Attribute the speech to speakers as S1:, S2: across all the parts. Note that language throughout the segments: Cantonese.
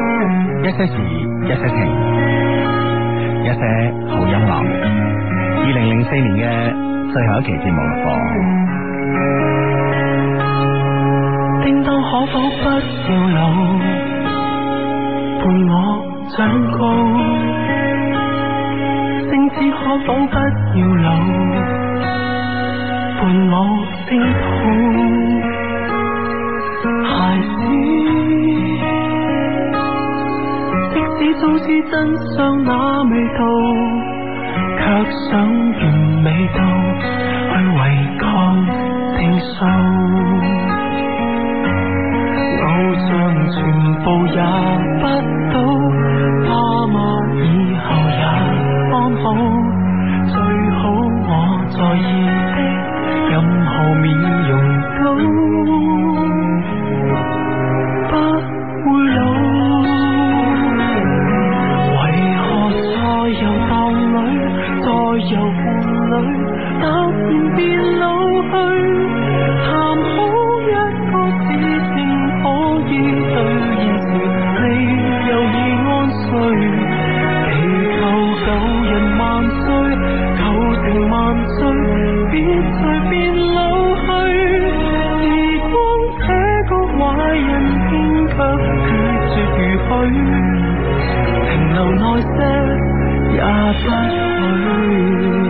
S1: 一些事，一些情，一些好音樂。二零零四年嘅最後一期節目啦，
S2: 叮當可否不要老，伴我長高？星子可否不要老，伴我升高？孩子。即使早知真相那味道，卻想完美到去違抗定數。偶像全部也不到，爸媽以後也安好，最好我在意的任何面容都不會老。再由蕩女，再由伴侶，突然變老去。談好一個指定可以兌現時，你又已安睡。祈求舊人萬歲，舊情萬歲，別隨便老去。時光這個壞人，偏卻決絕如許，停留耐些。也不許。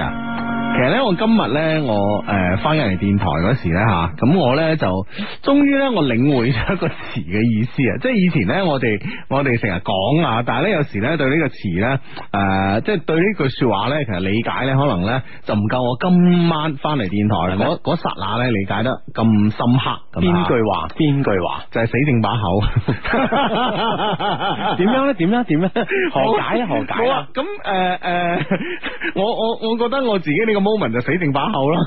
S1: 啊翻入呃嚟電台嗰時咧吓，咁我咧就終於咧我領會咗一個詞嘅意思啊！ 即係以前咧我哋我哋成日講啊，但係咧有時咧對呢個詞咧誒，即係對呢句說話咧，其實理解咧可能咧就唔夠我今晚翻嚟電台嗰嗰剎那咧理解得咁深刻。
S3: 邊句話？邊句話？
S1: 就係死定把口。
S3: 點樣咧？點樣？點樣？何解啊？何解？
S1: 好啊！咁誒誒， 我我我覺得我自己呢個 moment 就死定把口啦。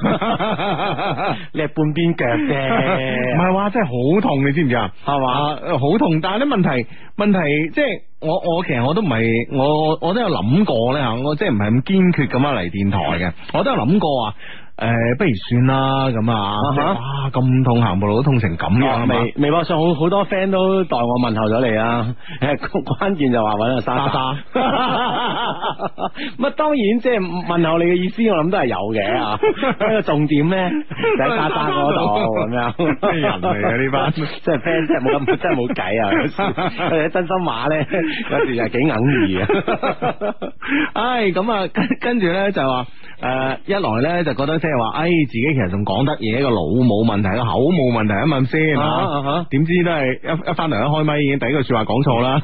S3: 你係半邊腳啫，
S1: 唔係話真係好痛，你知唔知啊？，
S3: 係嘛
S1: 好痛！但係咧問題，問題即係我我其實我都唔係，我我都有諗過咧吓，我即係唔係咁堅決咁樣嚟電台嘅，我都有諗過啊。诶、不如算啦咁啊
S3: 啊，哈哦
S1: 哇，咁痛行步路都痛成咁样啊嘛，
S3: 微微博上好好多 friend 都代我問候咗你啊！ 诶，關鍵就話揾阿莎
S1: 莎
S3: 莎。 咁啊，當然即係問候你嘅意思，我諗都係有嘅 啊。不過重點咧就喺莎莎嗰度咁樣。
S1: 咩人嚟嘅呢班
S3: 真係 friend 真係冇咁真係冇計啊！有時 有時真心話咧，有時又幾硬意啊。
S1: 唉，咁啊，跟跟住咧就話诶、誒一來咧就覺得即係話，唉，自己其實仲講得嘢，個腦冇問題，個口冇問題啊嘛，係咪先
S3: 啊
S1: 啊
S3: 啊哈
S1: 點知都係一一翻嚟一開咪已經第一句说話講錯 啦。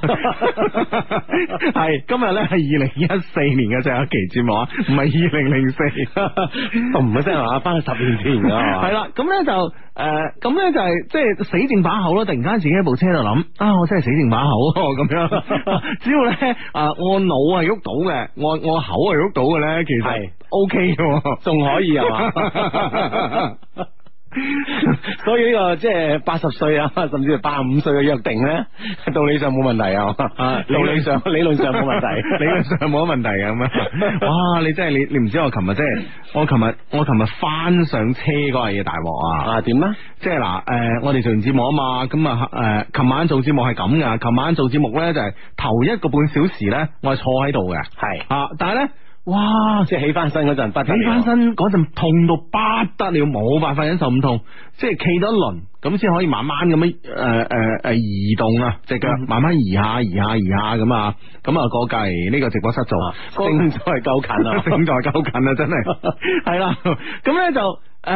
S1: 係今日咧係二零一四年嘅最後一期節目啊，唔係二零零四。
S3: 唔一聲啊，翻去十年前啊㗎係嘛
S1: 系啦，咁咧就诶，咁咧就係即係死剩把口咯。突然間自己喺部車度諗，啊，我真係死剩把口喎咁 樣。只要咧啊，我腦係喐到嘅，我我口係喐到嘅咧，其實
S3: 係
S1: O K 嘅，
S3: 仲可以係 嘛？ 所以呢個即係八十歲啊， 甚至係八五歲嘅約定咧， 道理上冇問題啊，
S1: 啊
S3: 道理上理論上冇問
S1: 理
S3: 題。
S1: 論上冇乜問題啊嘅咁 樣。哇！你真係你你唔知我琴日真係，我琴日我琴日翻上車嗰下嘢大鑊啊！
S3: 啊點咧？
S1: 即係嗱，诶、我哋做完節目啊嘛，咁啊，诶、琴晚做節目係咁噶，琴晚做節目咧就係頭一個半小時咧，我係坐喺度嘅。
S3: 係
S1: 啊！但系咧，哇！
S3: 即係起翻身嗰陣不得了
S1: 起翻身嗰陣痛到不得了，冇辦法忍受咁痛，即係企多一輪，咁先可以慢慢咁樣诶诶诶移動啊只腳，
S3: 嗯
S1: 慢慢移下移下移下咁啊，咁啊過隔離呢個直播室
S3: 啊
S1: 做，嗰！
S3: 正在夠近 啊
S1: 正在夠近啊，真 係係啦，咁咧就诶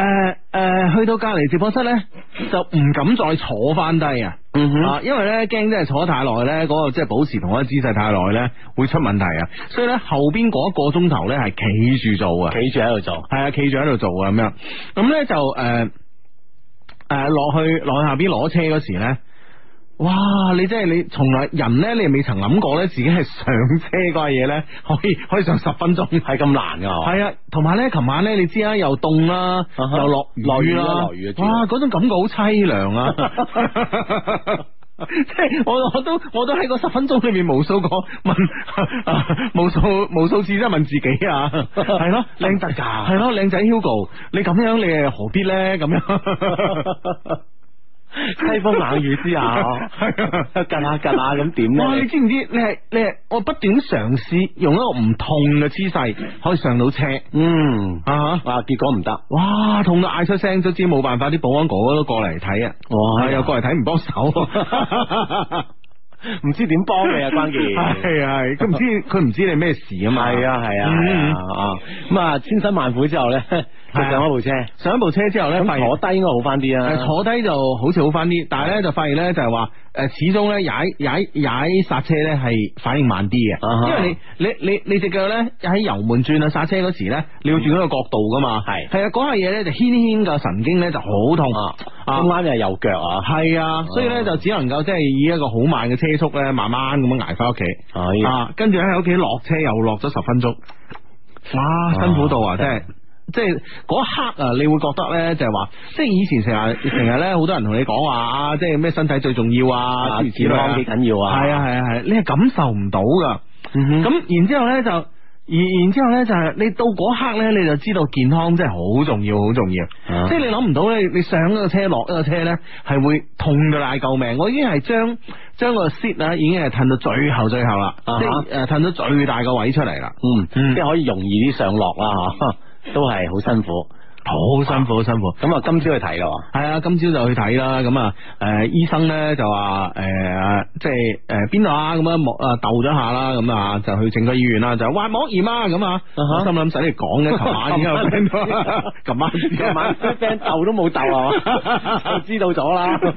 S1: 诶、呃去到隔離直播室咧，就唔敢再坐翻低啊。
S3: 嗯哼，
S1: 啊，因为咧惊真系坐太耐咧，嗰、個个即系保持同一個姿勢太耐咧，會出問題啊。所以咧後邊嗰一個鐘頭咧係企住做啊，
S3: 企住喺度做，
S1: 係啊，企住喺度做啊咁樣。咁咧就诶诶落去落去下邊攞車嗰時咧。哇！你真係你從來人咧，你未曾諗過咧，自己係上車嗰下嘢咧，可以可以上十分鐘。
S3: 係咁難㗎係嘛。
S1: 系啊，同埋咧，琴晚咧，你知啦，又凍啦，
S3: 啊哈
S1: 又落
S3: 落
S1: 雨
S3: 雨
S1: 啦
S3: 啦落雨啊，主要
S1: 哇，嗰種感覺好凄涼 啊！即係我我都我都喺嗰十分鐘裏面無數個問，啊 無數無數次都係問自己啊，係 咯，靚
S3: 得㗎
S1: 係咯，靚仔 Hugo，你咁樣你係何必咧？咁樣。
S3: 西風冷雨 之下， 啊近下近下咁點
S1: 哎哇！你
S3: 咧？
S1: 知唔知？你係你係我不斷嘗試用一個唔痛嘅姿勢可以上到車
S3: 嗯，
S1: 啊哈！
S3: 啊結果唔得，
S1: 哇，痛到嗌出聲都知冇辦法，啲保安哥哥都過嚟睇啊！
S3: 哇
S1: 又過嚟睇唔幫手。
S3: 唔知點幫你啊 關鍵。
S1: 係啊，係佢 唔知佢唔知你咩事啊嘛。嗯
S3: 係啊係啊係啊啊！咁啊千辛萬苦之後咧，就啊上咗部車，
S1: 啊上一部車之後咧，發現
S3: 咁坐低應該好翻啲
S1: 誒
S3: 啊。
S1: 坐低就好似好翻啲，但係咧就發現咧就係話
S3: 嗯
S1: 誒，始終咧踩踩踩剎車咧係反應慢啲
S3: 啊
S1: 嘅，
S3: 哈
S1: 因為你你你你只腳咧喺油門轉啊剎車嗰時咧，你要轉嗰個角度噶嘛，
S3: 係
S1: 係啊，嗰下嘢咧就牽牽個神經咧就好痛
S3: 啊，
S1: 啊
S3: 啱啱又係右腳啊。
S1: 系啊，所以咧就只能夠即係以一個好慢嘅車速咧，慢慢咁樣挨翻屋企。
S3: 係
S1: 啊，跟住喺屋企落車又落咗十分鐘，哇，辛苦到啊，真係。即係嗰一刻啊，你會覺得咧就係話，即係以前成日成日咧，好多人同你講話啊，即係咩身體最重要啊，
S3: 啊健康幾緊要啊
S1: 係啊係啊係啊，你係感受唔到噶。
S3: 咁
S1: 咁然之后咧就，然然之后咧就係你到嗰刻咧，你就知道健康真係好重要，好重要。
S3: 啊
S1: 即係你諗唔到咧，你上一個車落一個車咧，係會痛到嗌救命。我已經係將將個 seat 啊，已經係褪到最後最後啦，
S3: 啊哈
S1: 即係诶褪到最大個位出嚟啦。
S3: 嗯，
S1: 嗯
S3: 即係可以容易啲上落啦，吓，都係好辛苦。
S1: 好辛苦，好辛苦。
S3: 咁啊，今朝去睇咯，
S1: 系啊，今朝就去睇啦，咁啊，诶、醫生咧就話诶、誒啊即係诶邊度啊，咁啊，摸啊竇咗下啦，咁啊，就去正區醫院啦，就話膜炎啊，咁啊，
S3: 哈
S1: 我心諗使你講嘅，琴晚已經 有聽到，琴晚已經
S3: 今晚啊啲 friend 鬥都冇鬥啊， 就知道咗啦。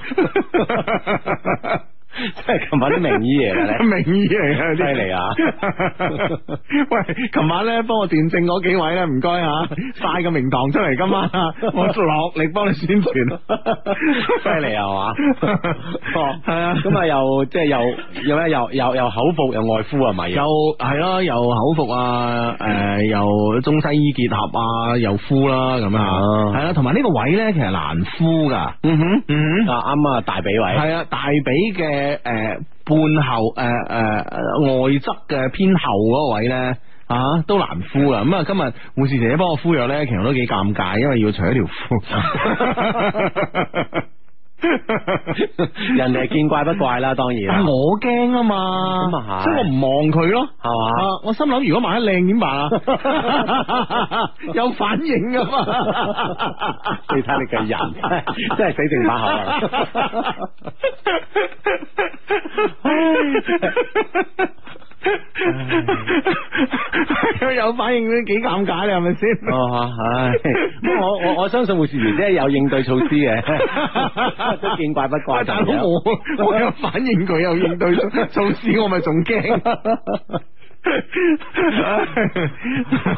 S3: 即係琴晚啲名醫嚟嘅咧，
S1: 名醫嚟 嘅，
S3: 犀
S1: 啲
S3: 利啊！
S1: 喂，琴晚咧幫我斷正嗰幾位咧，唔該 吓，晒個名堂出嚟今晚啊，我落力幫你宣傳，
S3: 犀利啊係 嘛？哦，
S1: 係啊
S3: 咁啊又即係又又咩又又又口服又外敷啊係咪？
S1: 又係咯，又口服啊，诶、又中西醫結合啊，又敷啦咁啊，
S3: 啊
S1: 係啦，同埋呢個位咧，其實難敷噶，
S3: 嗯哼，
S1: 嗯，
S3: 啊啱啊大髀位，
S1: 係啊，大髀嘅呃诶半後诶诶外側嘅偏後嗰個位咧，啊都難敷啊。咁啊，今日護士姐姐幫我敷藥咧，其實都幾尷尬，因為要除一條褲。
S3: 人哋係見怪不怪啦，當然
S1: 但
S3: 啦，
S1: 我驚啊嘛，
S3: 咁啊係
S1: 所以我唔望佢咯。
S3: 係 嘛？
S1: 啊！我心諗，如果萬一靚點辦 啊？有反應噶嘛？
S3: 你睇你嘅人， 真係死剩把口啦！
S1: 佢 有反應都幾尷尬，你係咪先？
S3: 哦，唉，咁我我我相信護士姐姐有應對措施嘅，都見怪不怪。
S1: 喂大佬，我我有反應，佢有應對措施，我咪仲 驚。唉，真係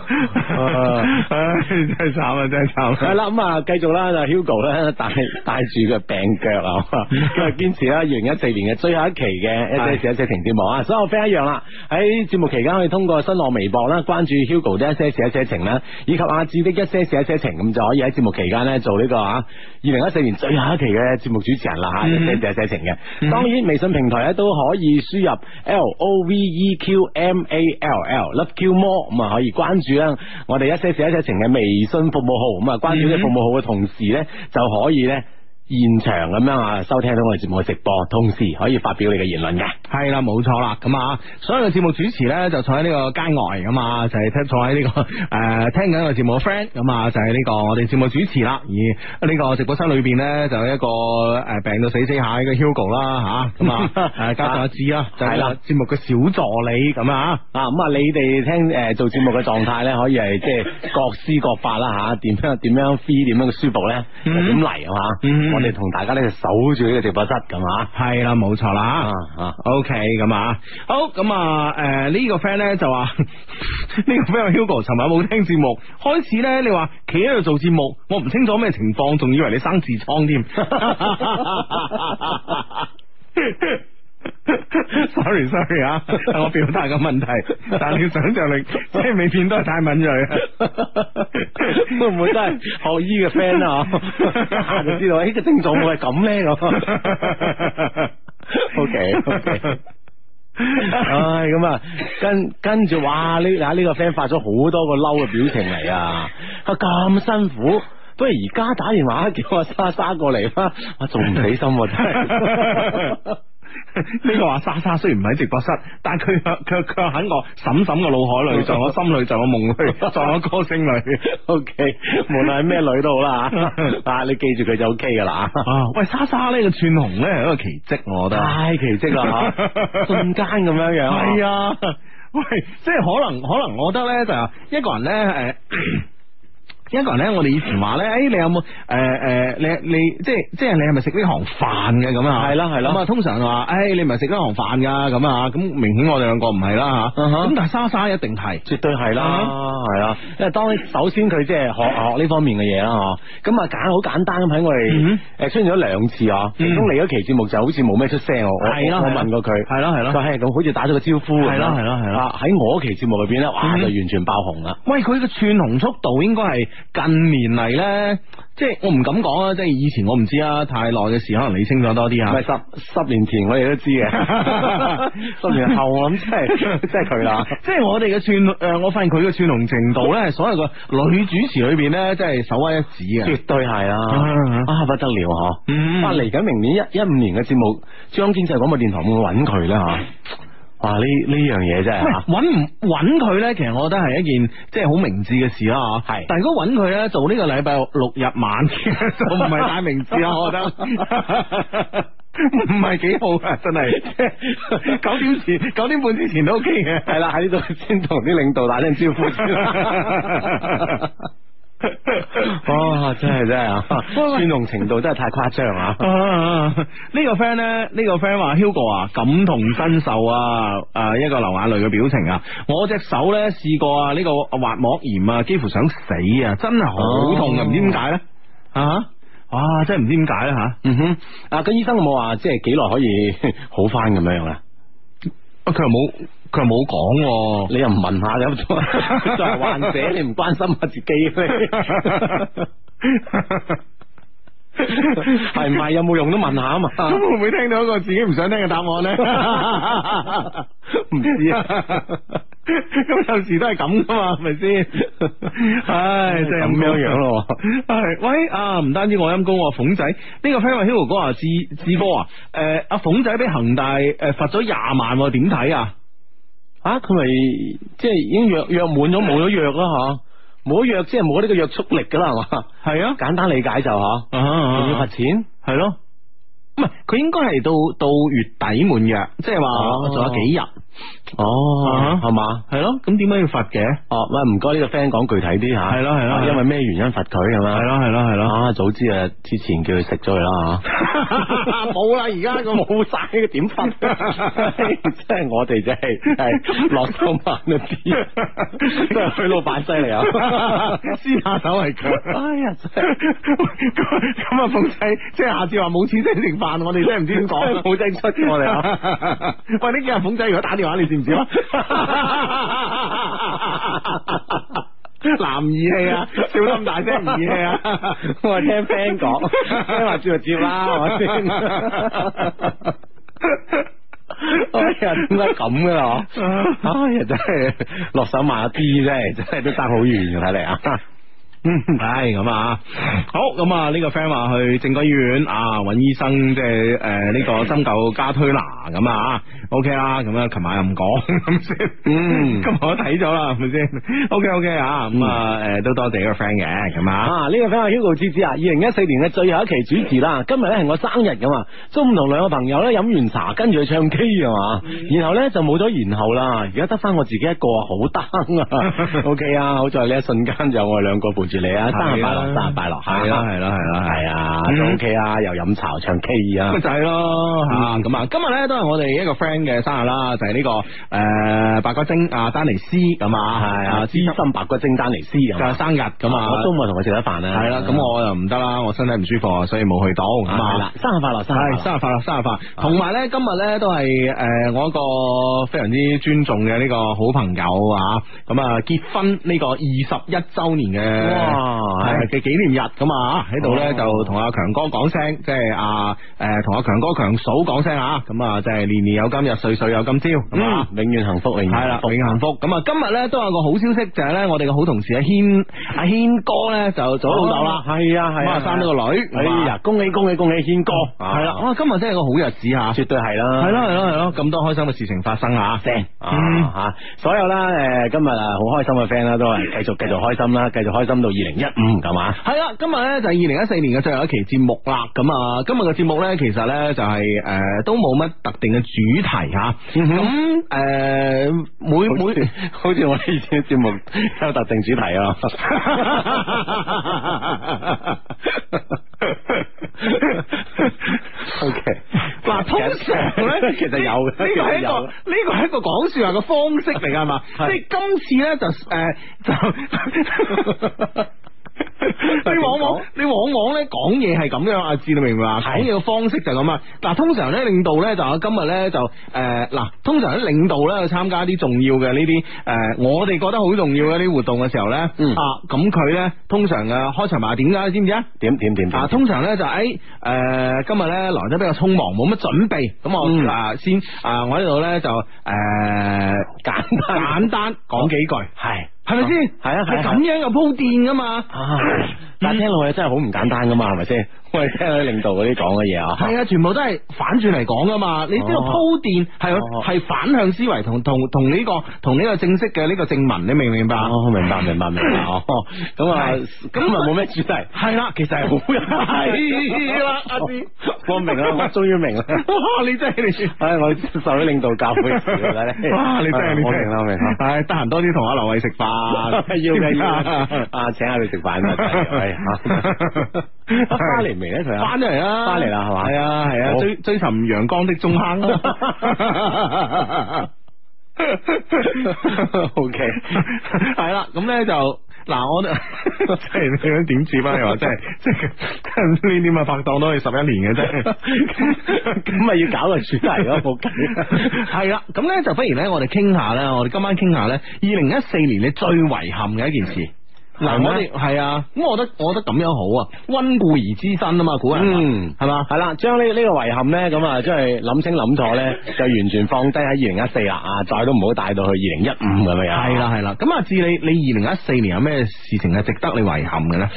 S1: 慘啊！真係
S3: 系
S1: 慘啊！
S3: 啦，咁啊，繼續啦， 就 Hugo 咧帶帶住個病腳啊，佢話堅持啦，二零一四年嘅最後一期嘅一些事一些情節目啊，所有 friend 一樣啦，喺節目期間可以通過新浪微博啦，關注 Hugo 的一些事一些情啦，以及阿志的一些事一些情，咁就可以喺節目期間咧做呢個啊二零一四年最後一期嘅節目主持人啦吓，一
S1: 嗯
S3: 些事一些情嘅。
S1: 嗯
S3: 當然微信平台咧都可以輸入 L O V E Q M A L L Love Q More 咁啊，可以關注啦我哋一些事一些情嘅微信服務號，咁啊關注呢
S1: 嗯
S3: 服務號嘅同時咧就可以咧。現場咁樣啊，收聽到我哋節目嘅直播，同時可以發表你嘅言論嘅。
S1: 係啦，冇錯啦，咁啊，所有嘅節目主持咧就坐喺呢個街外咁啊，就係、聽坐喺呢、個誒、 呃、聽緊個節目嘅 friend 咁啊，就係、呢個我哋節目主持啦。而呢個直播室裏邊咧就有一個誒病到死死下呢個 Hugo 啦吓，咁 啊誒加上阿志啦，就係
S3: 係啦
S1: 啦節目嘅小助理咁啊。
S3: 啊，咁啊，你哋聽誒、呃做節目嘅狀態咧，可以係即係各施各法啦吓，點樣點樣 free，點樣嘅舒服咧，就
S1: 嗯
S3: 點嚟啊嘛。
S1: 嗯
S3: 我哋同大家咧就守住呢個直播室咁啊。
S1: 係啦，冇錯啦。
S3: 啊
S1: OK，咁啊，好，咁啊，誒、呢、個 friend 咧就話 呢個 friend Hugo 尋晚冇聽節目，開始咧你話企喺度做節目，我唔清楚咩情況，仲以為你生痔瘡添。sorry sorry 啊，係我表達嘅問題，但係你想象力即係未免都係太敏銳，
S3: 會唔會都係學醫嘅 friend 啊？一下就知道，哎呢個症狀會係咁咧咁。OK OK。唉， 咁啊，跟跟住，哇！呢嗱呢個 friend 發咗好多個嬲嘅表情嚟啊，啊咁辛苦，不如而家打電話叫阿莎莎過嚟啦，我仲唔死心喎、真係。
S1: 呢個話莎莎雖然唔喺直播室，但佢佢佢喺我嬸嬸嘅腦海 裏，在我心裏，在我夢裏，在我歌聲裏。
S3: O K，無論係咩女都 好啦，啊，你記住佢就 O K 噶啦。
S1: 啊，喂，莎莎呢個串紅咧係一個奇蹟，我覺得。
S3: 太奇 蹟啦吓，瞬間咁樣樣，
S1: 係啊， 喂，即係可能可能，我覺得咧就係一個人咧， 誒，一個人咧，我哋以前話咧，誒、你有冇誒誒，你你即係即係你係咪食呢行飯嘅咁啊？
S3: 係啦係啦
S1: 咁啊，通常就話，誒、你唔係食呢行飯噶咁啊，咁明顯我哋兩個唔係啦吓，
S3: 嗯哼
S1: 咁、但係莎莎一定係。
S3: 絕對係啦，
S1: 啊
S3: 係啦，因為當首先佢即係學學呢方面嘅嘢啦，嗬，咁啊揀好簡單咁喺我哋
S1: 嗯
S3: 誒出現咗兩次啊，
S1: 嗯
S3: 其中你嗰期節目就好似冇咩出聲，我我
S1: 係啦
S3: 我
S1: 係啦
S3: 問過佢，
S1: 係啦係啦
S3: 佢話係咁好似打咗個招呼咁樣，
S1: 係啦係啦係啦
S3: 啊，喺我嗰期節目裏邊咧，
S1: 嗯
S3: 哇就完全爆紅啦，
S1: 喂，佢嘅串紅速度應該係近年嚟咧，即係我唔敢講啊，即係以前我唔知啊，太耐嘅事可能你清楚多啲
S3: 唔
S1: 啊。
S3: 係 十十年前我哋都知嘅， 十年後我諗真係 真係佢啦，
S1: 即係我哋嘅串誒、我發現佢嘅串紅程度咧，係所有嘅女主持裏邊咧，真係首屈一指啊 嘅。
S3: 絕對係啦
S1: 嗯，
S3: 啊不得了嗬。
S1: 嗯
S3: 啊，嚟緊明年一一五年嘅節目，珠江經濟廣播電台會唔會揾佢咧吓？哇！呢呢樣嘢真係
S1: 喂
S3: 吓，
S1: 揾唔揾佢咧，其實我覺得係一件即係好明智嘅事啦，吓。
S3: 係
S1: 但係如果揾佢咧，做呢個禮拜六日 晚就唔係太明智啦，我覺得。 唔係幾好啊，真係。 九點前、九點半之前都 OK 嘅。
S3: 係啦， 啊喺呢度先同啲領導打聲招呼 先啦。哇！真係真係啊，尊重程度真係太誇張啊！
S1: 啊！呢個 friend 咧，呢個 friend 話 Hugo 啊，感同身受啊，誒，一個流眼淚嘅表情啊！我隻手咧試過啊，呢個滑膜炎啊，幾乎想死啊，真係好痛啊，
S3: 哦
S1: 唔知點解咧啊！哇，真係唔知點解咧吓！
S3: 嗯哼，啊，咁醫生有冇話即係幾耐可以 好翻咁樣樣啊？
S1: 啊佢又冇，佢又冇講喎。
S3: 你又唔問下咁 作作為患者，你唔關心下自己 咩？ 係唔係有冇用都問下啊嘛？
S1: 咁會唔 會聽到一個自己唔想聽嘅答案咧？
S3: 唔知啊，
S1: 咁有時都係咁噶嘛，係咪 先？唉，真係
S3: 咁樣樣咯。
S1: 係，喂啊，唔單止我陰公喎，鳳仔呢、個 friend 話 Hugo 哥啊，志志哥啊，誒、阿鳳仔俾恒大誒罰咗廿萬喎，點睇啊？
S3: 啊，佢咪即係已經約約滿咗，冇咗約啦嗬，冇咗約即係冇咗呢個約束力噶啦，係嘛？
S1: 係啊，
S3: 簡單理解就嗬，
S1: 啊啊
S3: 仲要罰錢，
S1: 係咯。唔係，佢應該係到到月底滿約，即係話
S3: 哦
S1: 仲有幾日，
S3: 哦
S1: 啊
S3: 係嘛？
S1: 係咯。咁點解要罰嘅？
S3: 哦，喂，唔該呢個 friend 講具體啲吓，
S1: 係咯係咯
S3: 啊因為咩原因罰佢係嘛？
S1: 係咯係咯 係咯。
S3: 啊，早知啊，之前叫佢食咗佢 啦啊吓。
S1: 冇啦，而家咁
S3: 冇晒呢個點分， 即係我哋就係係落手慢一 啲，即係佢老闆犀利 啊！
S1: 先下手為強。
S3: 哎呀，真係
S1: 咁啊，鳳仔，即係下次話冇錢請食飯，我哋真係唔知點講。
S3: 冇精出我哋啊！
S1: 喂，呢幾日鳳仔如果打電話，你接唔接 啊？ 男義氣啊，笑得咁大聲唔義氣啊！
S3: 我係聽 friend 講，friend 話接就接啦，係咪先？哎呀，點解咁嘅啦？哎呀，真係落手慢一啲，真係真係都爭好遠嘅睇嚟啊！
S1: 嗯，唉，咁啊，好，咁啊，呢個 friend 話去正規醫院啊，揾醫生，即係誒呢個針灸加推拿咁啊，OK 啦，咁啊，琴晚又唔講，咁先，
S3: 嗯
S1: 今日我都睇咗啦，係咪先？OK OK 啊，咁啊，誒都多謝呢個 friend 嘅，咁啊，
S3: 啊！呢、個 friend 話 Hugo 芝芝啊，二零一四年嘅最後一期主持啦，今日咧係我生日噶嘛，中午同兩個朋友咧飲完茶，跟住去唱 K 啊嘛，
S1: 嗯
S3: 然後咧就冇咗然後啦，而家得翻我自己一個啊，好 down 啊！OK 啊，好在呢一瞬間就我哋兩個陪住你啊，生日快樂，生日快樂，
S1: 係啦係啦係啦係
S3: 係啊，
S1: 嗯
S3: 都 OK 啊，又飲茶唱 K 啊
S1: 咪。就係咯吓咁啊！今日咧都係我哋一個 friend 嘅生日啦，就係呢個誒白骨精啊丹尼斯咁啊，
S3: 係啊，資深白骨精丹尼斯
S1: 就係
S3: 啊，
S1: 生日咁啊，
S3: 我中午同佢食咗飯啊，
S1: 係啦，咁我又唔得啦，我身體唔舒服，所以冇去到咁
S3: 啊係
S1: 啊
S3: 啦。，生日快樂，生日
S1: 系生日
S3: 快樂
S1: 快樂，生日快樂！同埋咧，今日咧都係诶，我一個非常之尊重嘅呢個好朋友啊，咁啊結婚呢個二十一周年嘅
S3: 哇
S1: 係嘅紀念日咁啊，喺度咧
S3: 哦
S1: 就同阿強哥講聲，即係啊诶，同阿強哥強嫂講聲啊，咁啊即係年年有今日，歲歲有今朝，咁啊。
S3: 嗯，永遠幸福，
S1: 系
S3: 永遠
S1: 啦
S3: 幸，福
S1: 永幸福。咁啊，今日咧都有個好消息，就係咧我哋嘅好同事阿軒阿軒哥咧就做咗老豆啦，
S3: 係啊係
S1: 咁
S3: 啊，
S1: 啊生咗個女。
S3: 哎呀，恭喜恭喜恭喜軒哥，
S1: 係啦，哇，今日真係個好日子啊吓，
S3: 絕對係啦，
S1: 係咯係咯係咯，咁多開心嘅事情發生啊！
S3: 正
S1: 嗯
S3: 啊吓，所有啦誒，今日啊好開心嘅 friend 啦，都係繼續繼續開心啦，繼續開心到二零一五咁啊，
S1: 係啦，今日咧就係二零一四年嘅最後一期節目啦。咁啊，今日嘅節目咧，其實咧就係、誒、都冇乜特定嘅主題吓。
S3: 嗯哼
S1: 咁誒、呃每每
S3: 好似 我哋以前嘅節目有特定主題啊，OK
S1: 嗱，通常咧，
S3: 其實有
S1: 呢
S3: 嘅
S1: 個係一個
S3: 其實有嘅
S1: 呢個係一個講說話嘅方式嚟㗎係嘛？即
S3: 係
S1: 係今次咧就誒 就。你往
S3: 啊
S1: 往你往往咧講嘢係咁樣，阿志你明唔明啊？講嘢嘅方式就係咁啊！嗱，通常咧領導咧就話今日咧就誒呃嗱、通常咧領導咧去參加啲重要嘅呢啲誒，我哋覺得好重要嘅呢啲活動嘅時候咧，
S3: 嗯
S1: 啊咁佢咧通常嘅啊開場白係點㗎？你知唔知啊？
S3: 點點點點
S1: 啊，通常咧就誒誒、呃今日咧來得比較匆忙，冇乜準備，咁我、
S3: 嗯
S1: 啊先啊，我呢度咧就誒、呃、
S3: 簡單
S1: 簡單講幾句，
S3: 係
S1: 係咪先？
S3: 係啊係啊
S1: 係咁樣嘅鋪墊噶嘛。
S3: 啊，但係聽落去真係好唔簡單噶嘛，係咪先？我哋聽佢領導嗰啲講嘅嘢啊，
S1: 係啊，全部都係反轉嚟講噶嘛，你呢個
S3: 哦
S1: 鋪墊係
S3: 哦
S1: 係反向思維同同同呢個同呢個正式嘅呢個正文，你明唔明白？
S3: 哦，明白明白明白哦，咁啊，
S1: 係
S3: 咁啊 冇咩主題，
S1: 係啦，其實係好人係啦，啊阿志，
S3: 我明啦，我終於明啦。
S1: 哇，你真係 你。
S3: 唉，我受咗領導教誨嘅咧，
S1: 哇！你真係你真係
S3: 我啊明啦，我明啦。
S1: 唉，得閒多啲同阿劉偉食飯，
S3: 要嘅要
S1: 啊
S3: 嘅啊，請下佢食飯 啊，真係係嚇翻嚟未咧佢啊？
S1: 翻咗嚟啦，
S3: 翻嚟啦係嘛
S1: 係啊係啊，
S3: 好
S1: 追追尋陽光的中坑啊啦。
S3: O K
S1: 係啦，咁咧就。嗱，我 即係你想點接翻你話，真係即係呢啲咪拍檔都可以十一年嘅啫。
S3: 咁咪要搞個主題咯，冇計。
S1: 系啦，咁咧就不如咧，我哋傾下咧，我哋今晚傾下咧，二零一四年你最遺憾嘅一件事，嗱，我
S3: 係
S1: 哋
S3: 咩
S1: 係啊，咁我覺得我覺得咁樣好啊，温故而知新啊嘛，古人話
S3: 嗯
S1: 係嘛，
S3: 系啦，将呢呢个遗憾咧，咁啊，即系谂清谂楚咧， 就完全放低喺二零一四啦，啊，再都唔好带到去二零一五咁样。
S1: 係，啦係啦，咁啊，至你你二零一四年有咩事情係值得你遺憾嘅咧？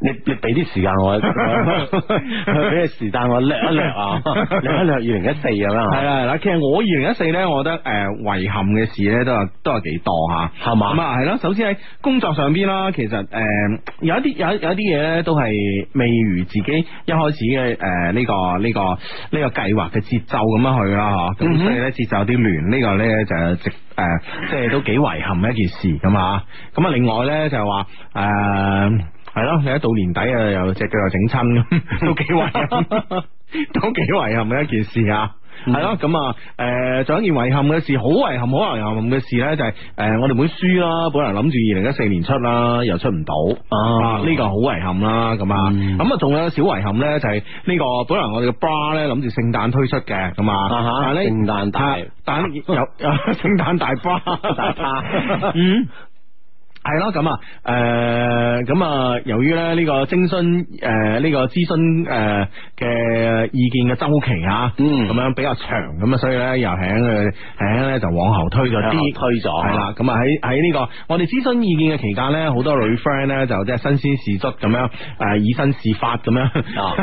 S3: 你你俾啲時間我，俾個時間我略一略 啊，略一略二零一四咁
S1: 係
S3: 樣，啊
S1: 啦係啦，其實我二零一四咧，我覺得誒遺憾嘅事咧都有都有幾多嚇。
S3: 係
S1: 咁
S3: 嘛？
S1: 啊，係咯，首先喺工作上邊啦，其實誒、呃有一啲有一有一啲嘢咧，都係未如自己一開始嘅誒呢個呢、個呢、個計劃嘅節奏咁樣去啦，嗬、
S3: 嗯
S1: 咁
S3: 哼
S1: 所以咧節奏有啲亂，呢、個咧就直誒、呃即係都幾遺憾嘅一件事咁啊。咁啊，另外咧就係話誒。呃係咯，你一到年底啊，又隻腳又整親，咁都幾遺憾， 都幾遺憾嘅一件事啊。系
S3: 嗯
S1: 咯，咁啊，诶，仲有一件遺憾嘅事，好遺憾，好遺憾嘅事咧，就係诶，我哋本書啦，本來諗住二零一四年出啦，又出唔到，啊，呢個好遺憾啦，咁啊，
S3: 哦嗯
S1: 咁啊，仲有個小遺憾咧，就係呢個本來我哋嘅 bra 咧諗住聖誕推出嘅，咁啊，
S3: 啊哈
S1: 但係
S3: 聖
S1: 呢
S3: 誕大
S1: 啊 但係有有聖誕大 bra
S3: 大巴
S1: 嗯。系咯，咁啊，诶、咁啊，由於咧呢個徵詢诶呢個諮詢诶嘅意見嘅周期啊，
S3: 嗯
S1: 咁樣比較長，咁啊，所以咧又輕佢輕咧就往後推咗
S3: 有
S1: 啲
S3: 啲。推咗，
S1: 系啦，咁啊喺喺呢個我哋諮詢意見嘅期間咧，好多女 friend 咧就即係新鮮事卒咁樣，诶以身試法咁樣，
S3: 啊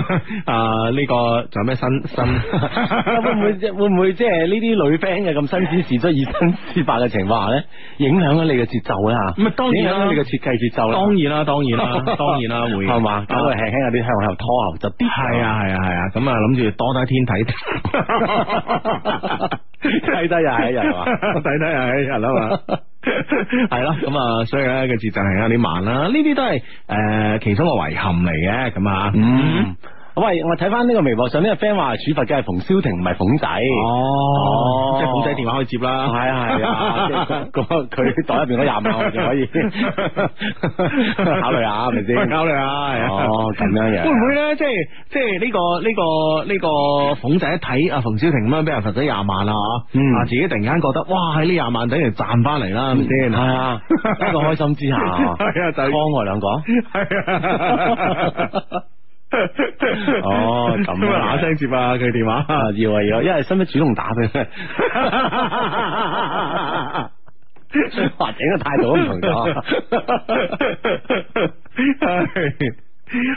S1: 啊呢個仲有咩新新？
S3: 會唔會即會唔會即係呢啲女 friend 嘅咁新鮮事出以身試法嘅情況下咧，影響咗你嘅節奏咧嚇？
S1: 咁啊當然啦
S3: 影響咗 你嘅設計節奏啦。
S1: 當然啦，當然 啦，當然啦，會
S3: 係嘛？搞到
S1: 啊
S3: 輕輕有啲向後拖後就啲。
S1: 系啊系啊系啊，咁啊谂住多睇天睇，
S3: 睇低又係一日係嘛
S1: 睇睇又係一日啊 嘛。系咯，咁啊，所以咧個節奏係有啲慢啦，呢啲都係诶、呃其中個遺憾嚟嘅，咁啊，
S3: 嗯，喂，我睇翻呢個微博上呢個 friend 話處罰嘅係馮蕭霆，唔係馮仔。
S1: 哦
S3: 哦
S1: 即係好仔電話可以接啦，
S3: 係啊係啊，即係 嗰佢袋入邊嗰廿萬我就可以 考慮下，係咪先？
S1: 考慮下，係啊
S3: 哦，咁樣樣。
S1: 會唔會咧？即係即系呢個呢、個呢、個馮仔一睇啊，馮小婷咁樣俾人罰咗廿萬啦，
S3: 嗯
S1: 啊自己突然間覺得哇，呢廿萬等於賺翻嚟啦，係咪先？
S3: 係啊，一個開心之下，
S1: 係啊就
S3: 幫我兩個。
S1: 係啊。
S3: 哦咁樣
S1: 啊嗱聲接啊佢電話。
S3: 啊，要啊要啊，因為使唔使主動打 俾佢？哇，整個態度都唔同 咗。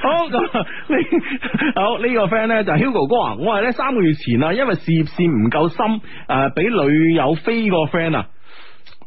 S1: 好咁啊呢好呢、個 friend 咧就 Hugo 哥啊，我係咧三個月前啊，因為事業線唔夠深，诶、俾女友飛個 friend 啊，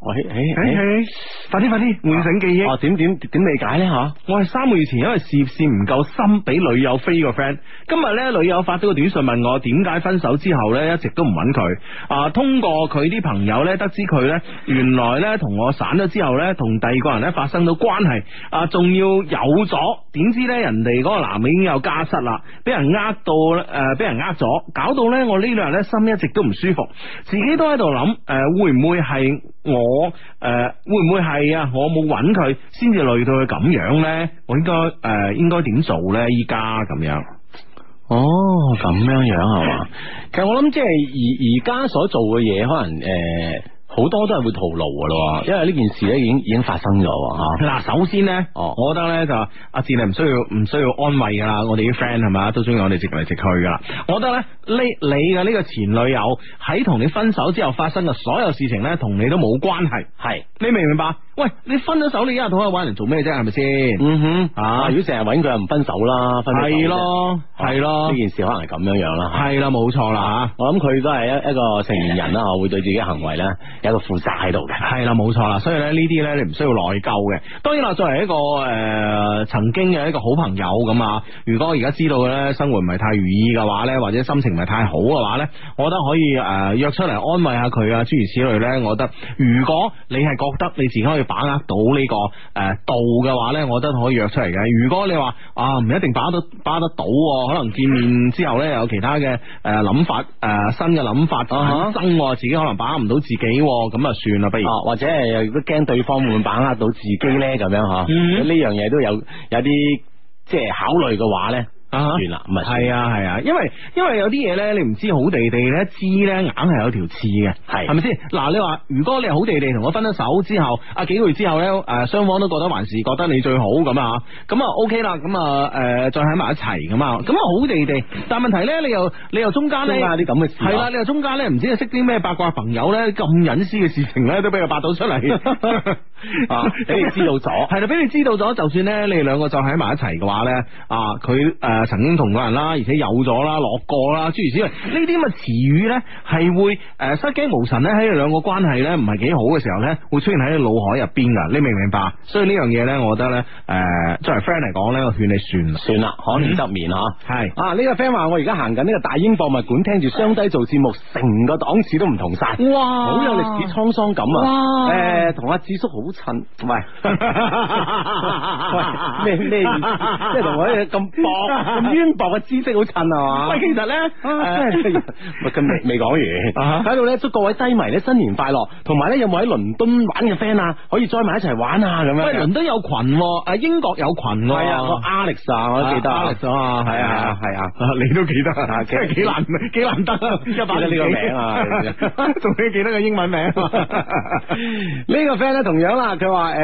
S3: 喂，誒誒
S1: 快啲快啲喚醒啊記憶
S3: 啊哦，點點點理解咧嚇？
S1: 我係三個月前因為事業線唔夠深，俾女友飛個 friend。今日呢，女友發咗個短信問我點解分手之後呢，一直都唔揾佢。啊，通過佢啲朋友呢，得知佢呢，原來呢，同我散咗之後呢，同第二個人呢發生咗關係。啊，仲要有咗，點知呢，人哋嗰個男嘅已經有家室啦，俾人呃到誒，俾、人呃咗，搞到呢，我呢兩日呢，心一直都唔舒服，自己都喺度諗誒，會唔會係我誒、會唔會係啊？我冇揾佢，先至累到佢咁樣呢？我應該誒、應該點做呢？依家咁樣
S3: 哦，咁樣樣係嘛？其實我諗即係而而家所做嘅嘢，可能誒好多都係會徒勞嘅咯，因為呢件事咧已經已經發生咗喎嚇。
S1: 嗱，首先呢，
S3: 哦
S1: 我覺得呢就阿志你唔需要唔需要安慰噶啦，我哋啲 friend 係咪啊都中意我哋直嚟直去噶啦。我覺得呢，呢你嘅呢個前女友喺同你分手之後發生嘅所有事情呢，同你都冇關係。
S3: 係，
S1: 你明唔明白？喂，你分咗手，你一日到黑玩人做咩啫？係咪先？
S3: 嗯哼，
S1: 啊
S3: 啊，如果成日揾佢，又唔分手啦，分手啫
S1: 係，咯，係咯
S3: 呢，件事可能係咁樣樣啦。
S1: 係啦，冇錯啦吓。
S3: 我諗佢都係一一個成年人啦，我會對自己嘅行為咧有一個負責喺度嘅。
S1: 系啦，冇錯啦，所以咧呢啲咧你唔需要內疚嘅。當然啦，作為一個诶、呃曾經嘅一個好朋友咁啊，如果我而家知道咧生活唔係太如意嘅話咧，或者心情唔係太好嘅話咧， 我覺得可以诶、呃、约出嚟安慰下佢啊，諸如此類咧。我覺得如果你係覺得你自己可以把握到呢、個个诶度嘅話咧，我覺得可以約出嚟嘅。如果你話啊唔一定把得 把得到喎，可能見面之後咧有其他嘅诶谂法诶、呃新嘅諗法
S3: 啊哈
S1: 產生喎，自己可能把握唔到自己喎，咁啊算啦，不如。
S3: 哦，或者係都驚對方會唔會把握到自己咧咁樣嗬？
S1: 嗯
S3: 如果呢樣嘢都有有啲即係考慮嘅話咧，
S1: 啊哈
S3: 完啦，唔係
S1: 系啊系啊，因为因为有啲嘢咧，你唔知好地地咧，知咧硬係有條刺嘅，
S3: 係
S1: 係咪先？嗱，你話如果你係好地地同我分咗手之後，啊幾個月之後咧，诶雙方都覺得還是覺得你最好咁啊，咁啊 OK 啦，咁啊诶再喺埋一齊咁啊，咁啊好地地，但問題咧你又你又中間
S3: 中間
S1: 咧
S3: 有啲咁嘅事啊
S1: 係啦，你又中間咧唔知你識啲咩八卦朋友咧咁隱私嘅事情咧都俾佢八到出嚟。
S3: 啊俾你知道咗
S1: 系啦，俾你知道咗，就算咧你哋兩個就喺埋一齊嘅話咧，啊，佢诶、呃曾經同過人啦，而且有咗啦，落過啦，諸如此類，呢啲咁嘅詞語咧，係會诶失驚無神咧，喺你兩個關係咧唔係幾好嘅時候咧，會出現喺你腦海入邊噶，你明唔明白？所以呢樣嘢咧，我覺得咧，诶、作為 friend 嚟講咧，我勸你算啦，
S3: 算啦，可憐則面啊。
S1: 係
S3: 啊！呢、個 friend 話我而家行緊呢個大英博物館，聽住雙低做節目，成個檔次都唔同晒，
S1: 哇，
S3: 好有歷史滄桑感啊！
S2: 哇
S3: 誒，同阿智叔好襯，喂，喂 咩咩意思？即係同我呢個咁 薄、咁淵博嘅知識好襯啊嘛？
S1: 喂，其實咧，
S3: 啊
S1: 呃
S3: 真係喂，咁未未講
S1: 啊
S3: 完，喺度咧祝各位低迷咧新年快樂，同埋咧有冇喺倫敦玩嘅 friend 啊，可以 join 埋一齊玩啊咁樣。
S1: 喂，倫敦有群喎，啊英國有群喎，
S3: 係啊，個 Alex 啊，我都記得啊
S1: Alex 啊嘛
S3: 係啊係啊。
S1: 啊，你都記得啊，
S3: 啊
S1: 真係幾難幾難得啊！一百
S3: 記得呢個
S1: 年紀
S3: 名啊
S1: 仲要記得個英文名啊。
S3: 呢個 friend 咧同樣啦，佢話诶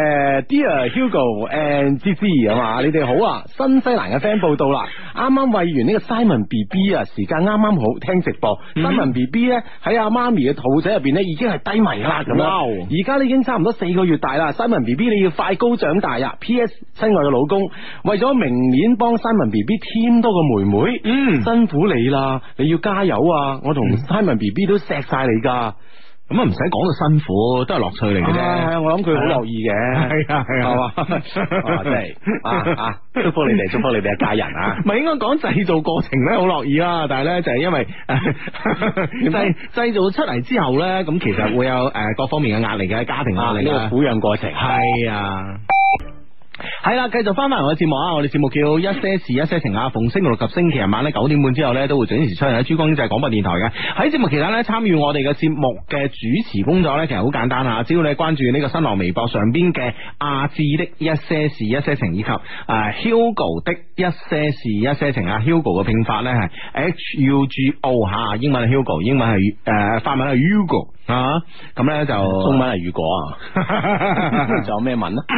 S3: ，Dear Hugo and G G 啊嘛，你哋好啊！新西蘭嘅 friend 報道啦，啱啱喂完呢個 Simon B B 啊，時間啱啱好聽直播。Simon B B 咧喺阿媽咪嘅肚仔入边咧已經係低迷啦，咁
S1: 哇哦
S3: 樣。而家咧已經差唔多四個月大啦，Simon B B 你要快高長大啊！P.S. 親愛嘅老公，為咗明年幫 Simon B B 添多個妹妹，
S1: 嗯
S3: 辛苦你啦，你要加油啊！我同 Simon B B 都錫晒你噶。
S1: 咁啊，唔使講到辛苦，都係樂趣嚟嘅
S3: 啊
S1: 啫。
S3: 我諗佢好樂意嘅，
S1: 係啊係啊
S3: 係嘛， 啊真係啊啊，祝福你哋，祝福你哋一家人啊！
S1: 唔係應該講製造過程咧，好樂意啦。但係咧就係因為 製製造出嚟之後咧，咁其實會有誒各方面嘅壓力嘅，家庭壓
S3: 啊，
S1: 力
S3: 呢個
S1: 啊
S3: 撫養過程
S1: 係啊。系啦，繼續翻翻我嘅節目啊！我哋節目叫一些事一些情啊，逢星期六及星期日晚咧九點半之後咧都會準時出現喺珠江經濟廣播電台嘅。喺節目期間咧，參與我哋嘅節目嘅主持工作咧，其實好簡單啊！只要你關注呢個新浪微博上邊嘅阿志的一些事一些情，以及啊 Hugo 的一些事一些情啊，Hugo 嘅拼法咧係 H U G O 吓，英文係 Hugo，英文係誒、呃法文係 Hugo 啊，咁咧就
S3: 嗯中文係雨果 啊，仲有咩文啊？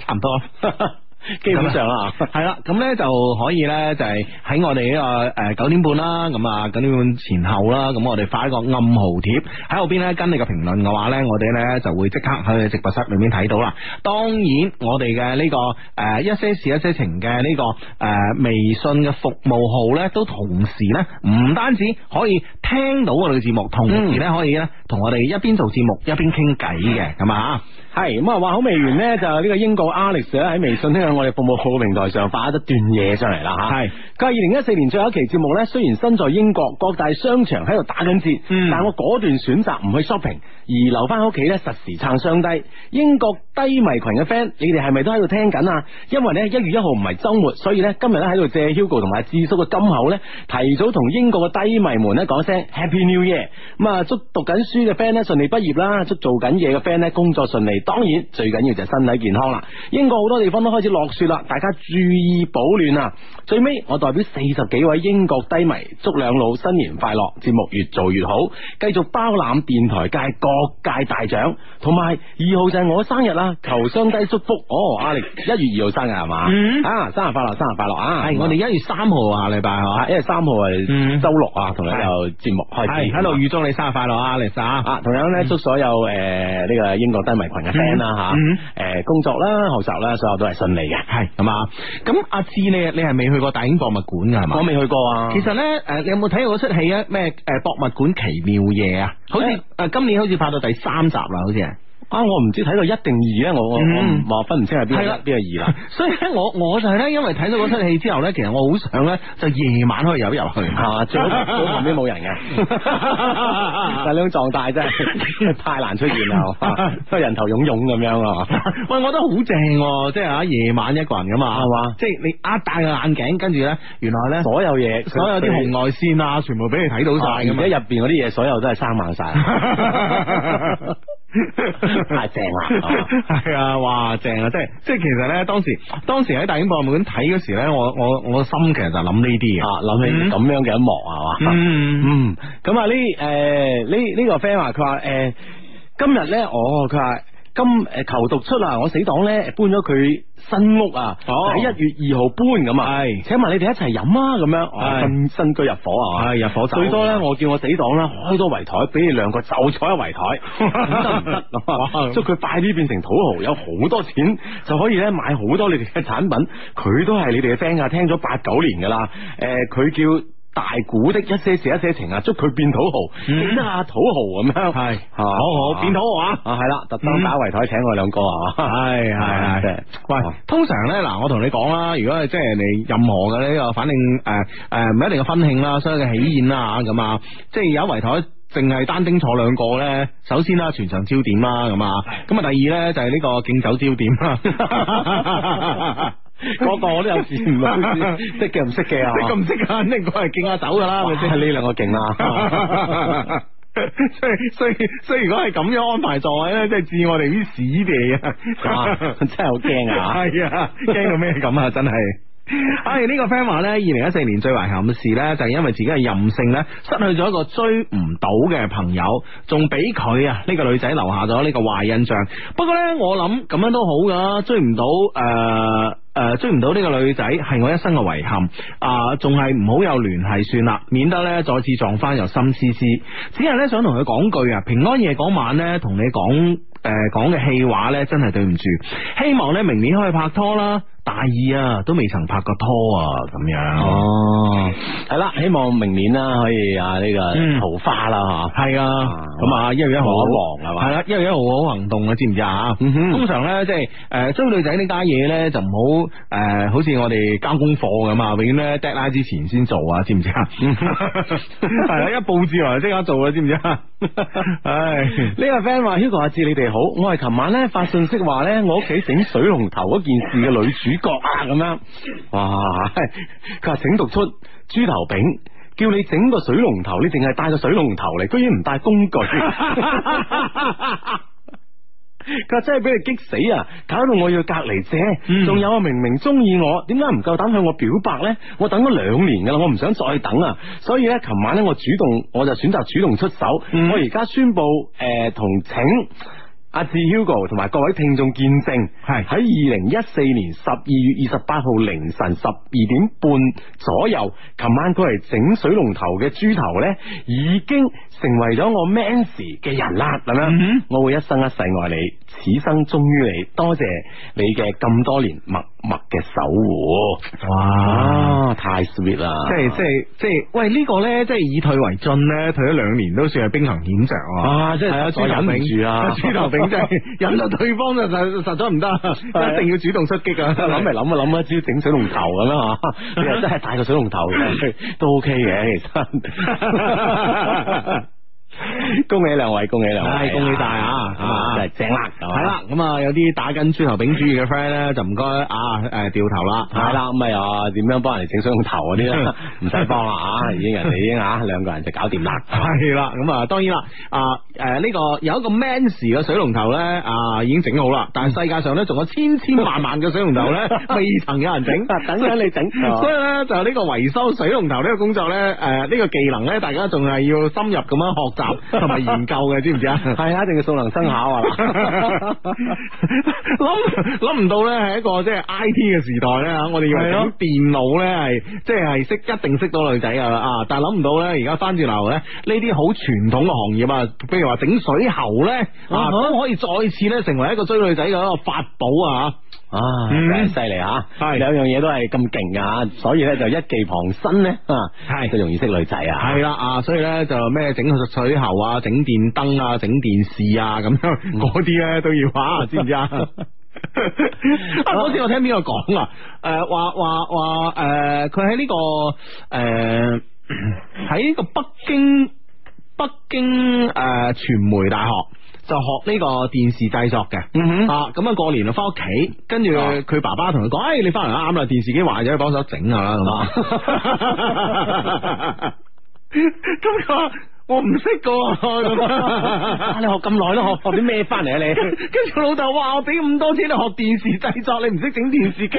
S1: 差唔多。
S3: 基本上啦，
S1: 系啦，咁呢就可以呢，就係喺我哋呢個诶呃九點半啦，咁啊九點半前後啦，咁我哋發一個暗號贴喺後邊呢，跟你嘅評論嘅話呢，我哋呢就會即刻喺直播室裏面睇到啦。當然，我哋嘅呢個诶、呃一些事一些情嘅呢、個个呃微信嘅服務號呢，都同時呢，唔單止可以聽到我哋嘅節目，同時呢，嗯可以呢，同我哋一邊做節目一邊傾偈嘅，咁啊。
S3: 係咁啊，話好未完呢，就呢個英國 Alex 咧喺微信呢個我哋服務號嘅平台上發咗段嘢上嚟啦吓。
S1: 係
S3: 佢話二零一四年最後一期節目呢，雖然身在英國各大商場喺度打緊折，
S1: 嗯
S3: 但我果斷選擇唔去 shopping，而留翻屋企呢，實時撐雙低。英國低迷群嘅 friend，你哋係咪都喺度聽緊啊？因為呢，一月一號唔係周末，所以呢，今日呢，喺度借 Hugo 同埋智叔嘅金口呢，提早同英國嘅低迷們呢講聲 Happy New Year。咁啊，祝讀緊書嘅 friend 呢順利畢業啦，祝做緊嘢嘅 friend 呢工作順利，當然最緊要就係身體健康啦。英國好多地方都開始落雪啦，大家注意保暖啊！最尾我代表四十幾位英國低迷，祝兩老新年快樂，節目越做越好，繼續包攬電台界各界大獎，同埋二號就係我生日啦，求相低祝福。哦，阿力一月二號生日係嘛？
S1: 嗯
S3: 啊，生日快樂，生日快樂啊！
S1: 係我哋一月三號下禮拜係嘛
S3: 啊，一月三號
S1: 嗯
S3: 係周六啊，同你有節目開
S1: 係
S3: 始
S1: 喺度預祝你生日快樂啊，Alex 啊！
S3: 啊，同樣咧，祝所有诶呢個英國低迷群嘅 friend 啦
S1: 嗯
S3: 吓，呃诶工作啦、學習啦，所有都係順利嘅。
S1: 系咁啊！咁阿志你你係未去過大英博物館噶係嘛？
S3: 我未去過啊，
S1: 其實咧，诶，你有冇睇過嗰出戲啊？咩诶，誒博物館奇妙夜啊？好似
S3: 誒
S1: 诶，今年好似拍到第三集啦，好似 係。
S3: 啊，我唔知睇到一定二咧，我我我
S1: 嗯
S3: 唔我分唔清係邊
S1: 係啦
S3: 個边個二 啦。
S1: 所以咧，我我就係咧，因為睇到嗰出戲之後咧，其實我好想咧，就夜晚可以入一入去。
S3: 啊，最好最好旁邊冇人 嘅，但係呢種狀態真 係太難出現啦，啊都係人頭涌涌咁樣啊，
S1: 喂，我覺得好正喎，即係啊，夜晚一個人噶嘛，
S3: 係嘛？
S1: 即係你啊，戴個眼鏡，跟住咧，原來咧，
S3: 所有嘢
S1: 所有啲紅外線啊，全部俾你睇到
S3: 啊
S1: 晒
S3: 而家
S1: 咁
S3: 入
S1: 樣。
S3: 边嗰啲嘢所有都係生猛晒。太正啦！
S1: 系啊，哇，正啊！即系即系，其實咧，當時當時喺大英博物館睇嗰時咧，我我我心其實就諗呢啲
S3: 啊
S1: 嘅。，
S3: 谂起咁樣嘅一幕啊係嘛？
S1: 嗯，
S3: 嗯，咁啊呢诶呢呢個 friend 話佢話诶今日咧，哦佢話今诶求讀出啊，我死黨咧搬咗佢新屋啊，
S1: 哦
S3: 喺一月二號搬咁啊，
S1: 係
S3: 請埋你哋一齊飲啊咁樣哦，
S1: 係
S3: 新新居入伙啊，
S1: 係入伙酒
S3: 最多咧我叫我死黨啦開多圍台，俾你兩個就坐一圍台， 咁啊得唔得？
S1: 哇
S3: 祝佢快啲變成土豪，有好多錢就可以咧買好多你哋嘅產品。佢都係你哋嘅 friend 啊，聽咗八九年噶啦。诶、佢叫。大股的一些事一些情啊，祝佢變土豪，
S1: 嗯
S3: 變下土豪咁樣，
S1: 係
S3: 好
S1: 好好變土嗯
S3: 豪啊，啊係啦，特登打圍台請我兩個 啊，
S1: 係係係
S3: 真係。
S1: 喂，通常咧嗱，我同你講啦，如果係即係你任何嘅呢個，反正诶诶唔一定嘅婚慶啦，所有嘅喜宴啦咁啊，即係有一圍台。淨係單丁坐兩個咧，首先啦，全場焦點啦，咁啊，咁啊，第二咧就係呢個敬酒焦點 啦。
S3: 嗰個我都有事唔係識嘅唔識嘅啊，
S1: 識咁唔識啊？肯定佢係敬下酒噶啦，係咪先
S3: 哇？呢兩個勁啊啦。
S1: 所以所以所以如果係咁樣安排座位咧，即係置我哋於死地啊！
S3: 啊真係好驚啊！
S1: 系啊，驚到咩咁啊！真係。唉，呢、個 friend 話咧，二零一四年最遺憾嘅事咧，就係因為自己嘅任性咧，失去咗一個追唔到嘅朋友，仲俾佢啊呢個女仔留下咗呢個壞印象。不過咧，我諗咁樣都好噶，追唔到诶。呃诶、呃追唔到呢個女仔係我一生嘅遺憾啊！仲係唔好有聯繫算啦，免得咧再次撞翻又心思思。只係咧想同佢講句啊，平安夜嗰晚咧同你呃講诶讲嘅戲話咧，真係對唔住。希望咧明年可以拍拖啦，大二啊都未曾拍過拖啊，咁樣。
S3: 哦，系啦，希望明年啦可以啊呢
S1: 嗯
S3: 個桃花啦
S1: 系啊，咁啊一月一號
S3: 望一望係嘛啊
S1: 系啦，一月一號好行動啊，知唔知啊？
S3: 嗯哼
S1: 通常咧即係诶追女仔呢家嘢咧就唔好诶，好似我哋交功課咁啊，永遠咧 deadline 之前先做啊，知唔知啊？
S3: 嗯
S1: 係啦，一布置完就即刻做啊，知唔知啊？ 唉。
S3: 呢個 friend 話 Hugo 阿志你哋好，我係琴晚咧發信息話咧我屋企整水龍頭嗰件事嘅女主角啊咁樣，哇！ 佢話請讀出豬頭餅。叫你整個水龍頭，你淨係帶個水龍頭嚟，居然唔帶工具。 佢話真係俾你激死啊！搞到我要隔離姐
S1: 嗯，
S3: 仲、有啊，明明中意我，點解唔夠膽向我表白呢？我等咗兩年噶啦，我唔想再等啊！所以呢，琴晚呢，我主動，我就選擇主動出手。
S1: 嗯
S3: 我而家宣布，诶、同請阿志 Hugo 同埋各位聽眾見證，
S1: 係
S3: 喺二零一四年十二月二十八號凌晨十二點半左右，琴晚佢嚟整水龍頭嘅豬頭呢，已經成為咗我 mans 嘅人啦，咁樣。
S1: 嗯哼
S3: 我會一生一世愛你，此生忠於你，多謝你嘅咁多年默默嘅守護。
S1: 哇！
S3: 啊，太 sweet 啦！
S1: 即係即係即係，喂呢個咧，即係以退為進咧，退咗兩年都算係兵行險象啊！
S3: 啊，即係
S1: 係啊，
S3: 我
S1: 豬頭
S3: 忍唔
S1: 炳
S3: 住啊，
S1: 豬頭炳真係引到對方就實實在 唔得，
S3: 啊
S1: 一定要主動出擊啊！
S3: 諗嚟諗啊諗啊，只要整水龍頭咁樣 啊，你又真係帶個水 龍頭都 OK 嘅，其實。 恭喜兩位，恭喜兩位，
S1: 唉恭喜晒啊啊
S3: 真係正啦，係嘛
S1: 係啦，咁啊有啲打緊豬頭炳主義嘅 friend 咧，就唔該啊誒掉頭啦，
S3: 系啦，咁啊又點樣幫人哋整水龍頭嗰啲 咧？唔使幫啦啊，已經人哋已經啊兩個人就搞掂啦。
S1: 系啦，咁啊，當然啦，啊，诶、呢、個有一個 Mans 嘅水龍頭咧，啊，已經整好啦，但係世界上咧仲有千千萬萬嘅水龍頭 咧，未曾有人整，
S3: 啊等緊 你整
S1: 啊所以咧就呢個維修水龍頭呢個工作咧，诶、呢、個技能咧，大家仲係要深入咁樣學習同埋研究嘅，知唔知啊？
S3: 係啊，一定要數能生巧 啊！
S1: 谂谂唔到咧，係一個即係 I T 嘅時代咧，我哋以為
S3: 係咯
S1: 整電腦咧係即係識一定識到女仔噶啦啊！但係諗唔到咧，而家翻轉頭咧，呢啲好傳統嘅行業啊，譬如話整水喉咧，啊
S3: 啊哈
S1: 都可以再次咧成為一個追女仔嘅一個法寶啊！
S3: 啊，
S1: 嗯
S3: 真係犀利啊！
S1: 係
S3: 兩樣嘢都係咁勁噶，所以咧就一技傍身咧，啊，
S1: 係
S3: 就容易識女仔啊！
S1: 係啦啊，所以咧就咩整水喉啊、整電燈啊、整電視啊咁樣
S3: 嗯
S1: 嗰啲咧都要 啊，知唔知啊？啊嗰次我聽邊個講啊？诶，話話話诶，佢喺呢個诶喺呢個北京北京诶傳媒大學就學呢個電視製作嘅。
S3: 嗯哼，
S1: 啊，咁啊過年就翻屋企，跟住
S3: 啊
S1: 佢爸爸同佢講：，哎，你翻嚟啱啦，電視機壞咗，你啊 幫手整下啦咁。咁佢話。我唔識噶喎咁
S3: 啊！你學咁耐都學學啲咩翻嚟啊你？
S1: 跟住老豆話：我俾咁多錢你學電視製作，你唔識整電視機。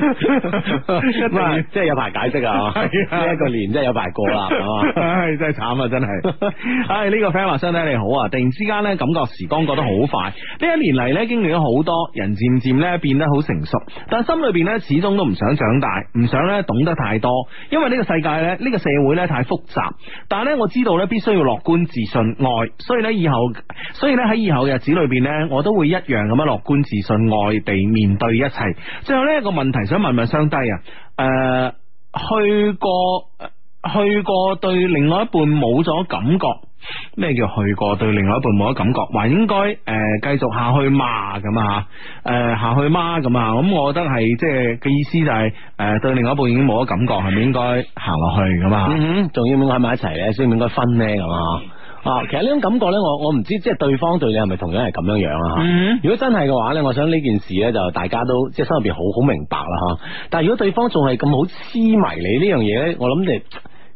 S3: 咁啊，即係有排解釋 啊！
S1: 係啊
S3: 呢一個年真係有排 過啦，係嘛？
S1: 唉，真系慘啊！真係， 唉，呢個 friend 話：相睇你好啊！突然之間咧，感覺時光過得好快。呢一年嚟咧，經歷咗好多，人漸漸咧變得好成熟，但心裏邊咧始終都唔想長大，唔想咧懂得太多，因為呢個世界咧，呢個社會咧太複雜。但係咧，我知道咧必須要樂觀、自信、愛，所以咧以後，所以咧喺以後嘅日子裏邊咧，我都會一樣咁樣樂觀、自信、愛地面對一切。最後呢一個問題想問問相低啊，诶、去過呃去過對另外一半冇咗感覺，咩叫去過對另外一半冇咗感覺？話應該诶繼續下去嘛咁啊，诶、下去嘛咁啊，咁我覺得係即係嘅意思就係、诶、對另外一半已經冇咗感覺，係咪應該行落去咁啊？
S3: 嗯哼，仲要唔應該喺埋一齊咧？所以唔應該分咧咁啊？
S1: 嗯
S3: 啊，其實呢種感覺咧，我我唔知即係對方對你係咪同樣係咁樣樣啊？
S1: 嗯
S3: 如果真係嘅話咧，我想呢件事咧就大家都即係心入邊好好明白啦吓。但係如果對方仲係咁好痴迷你呢樣嘢咧，我諗你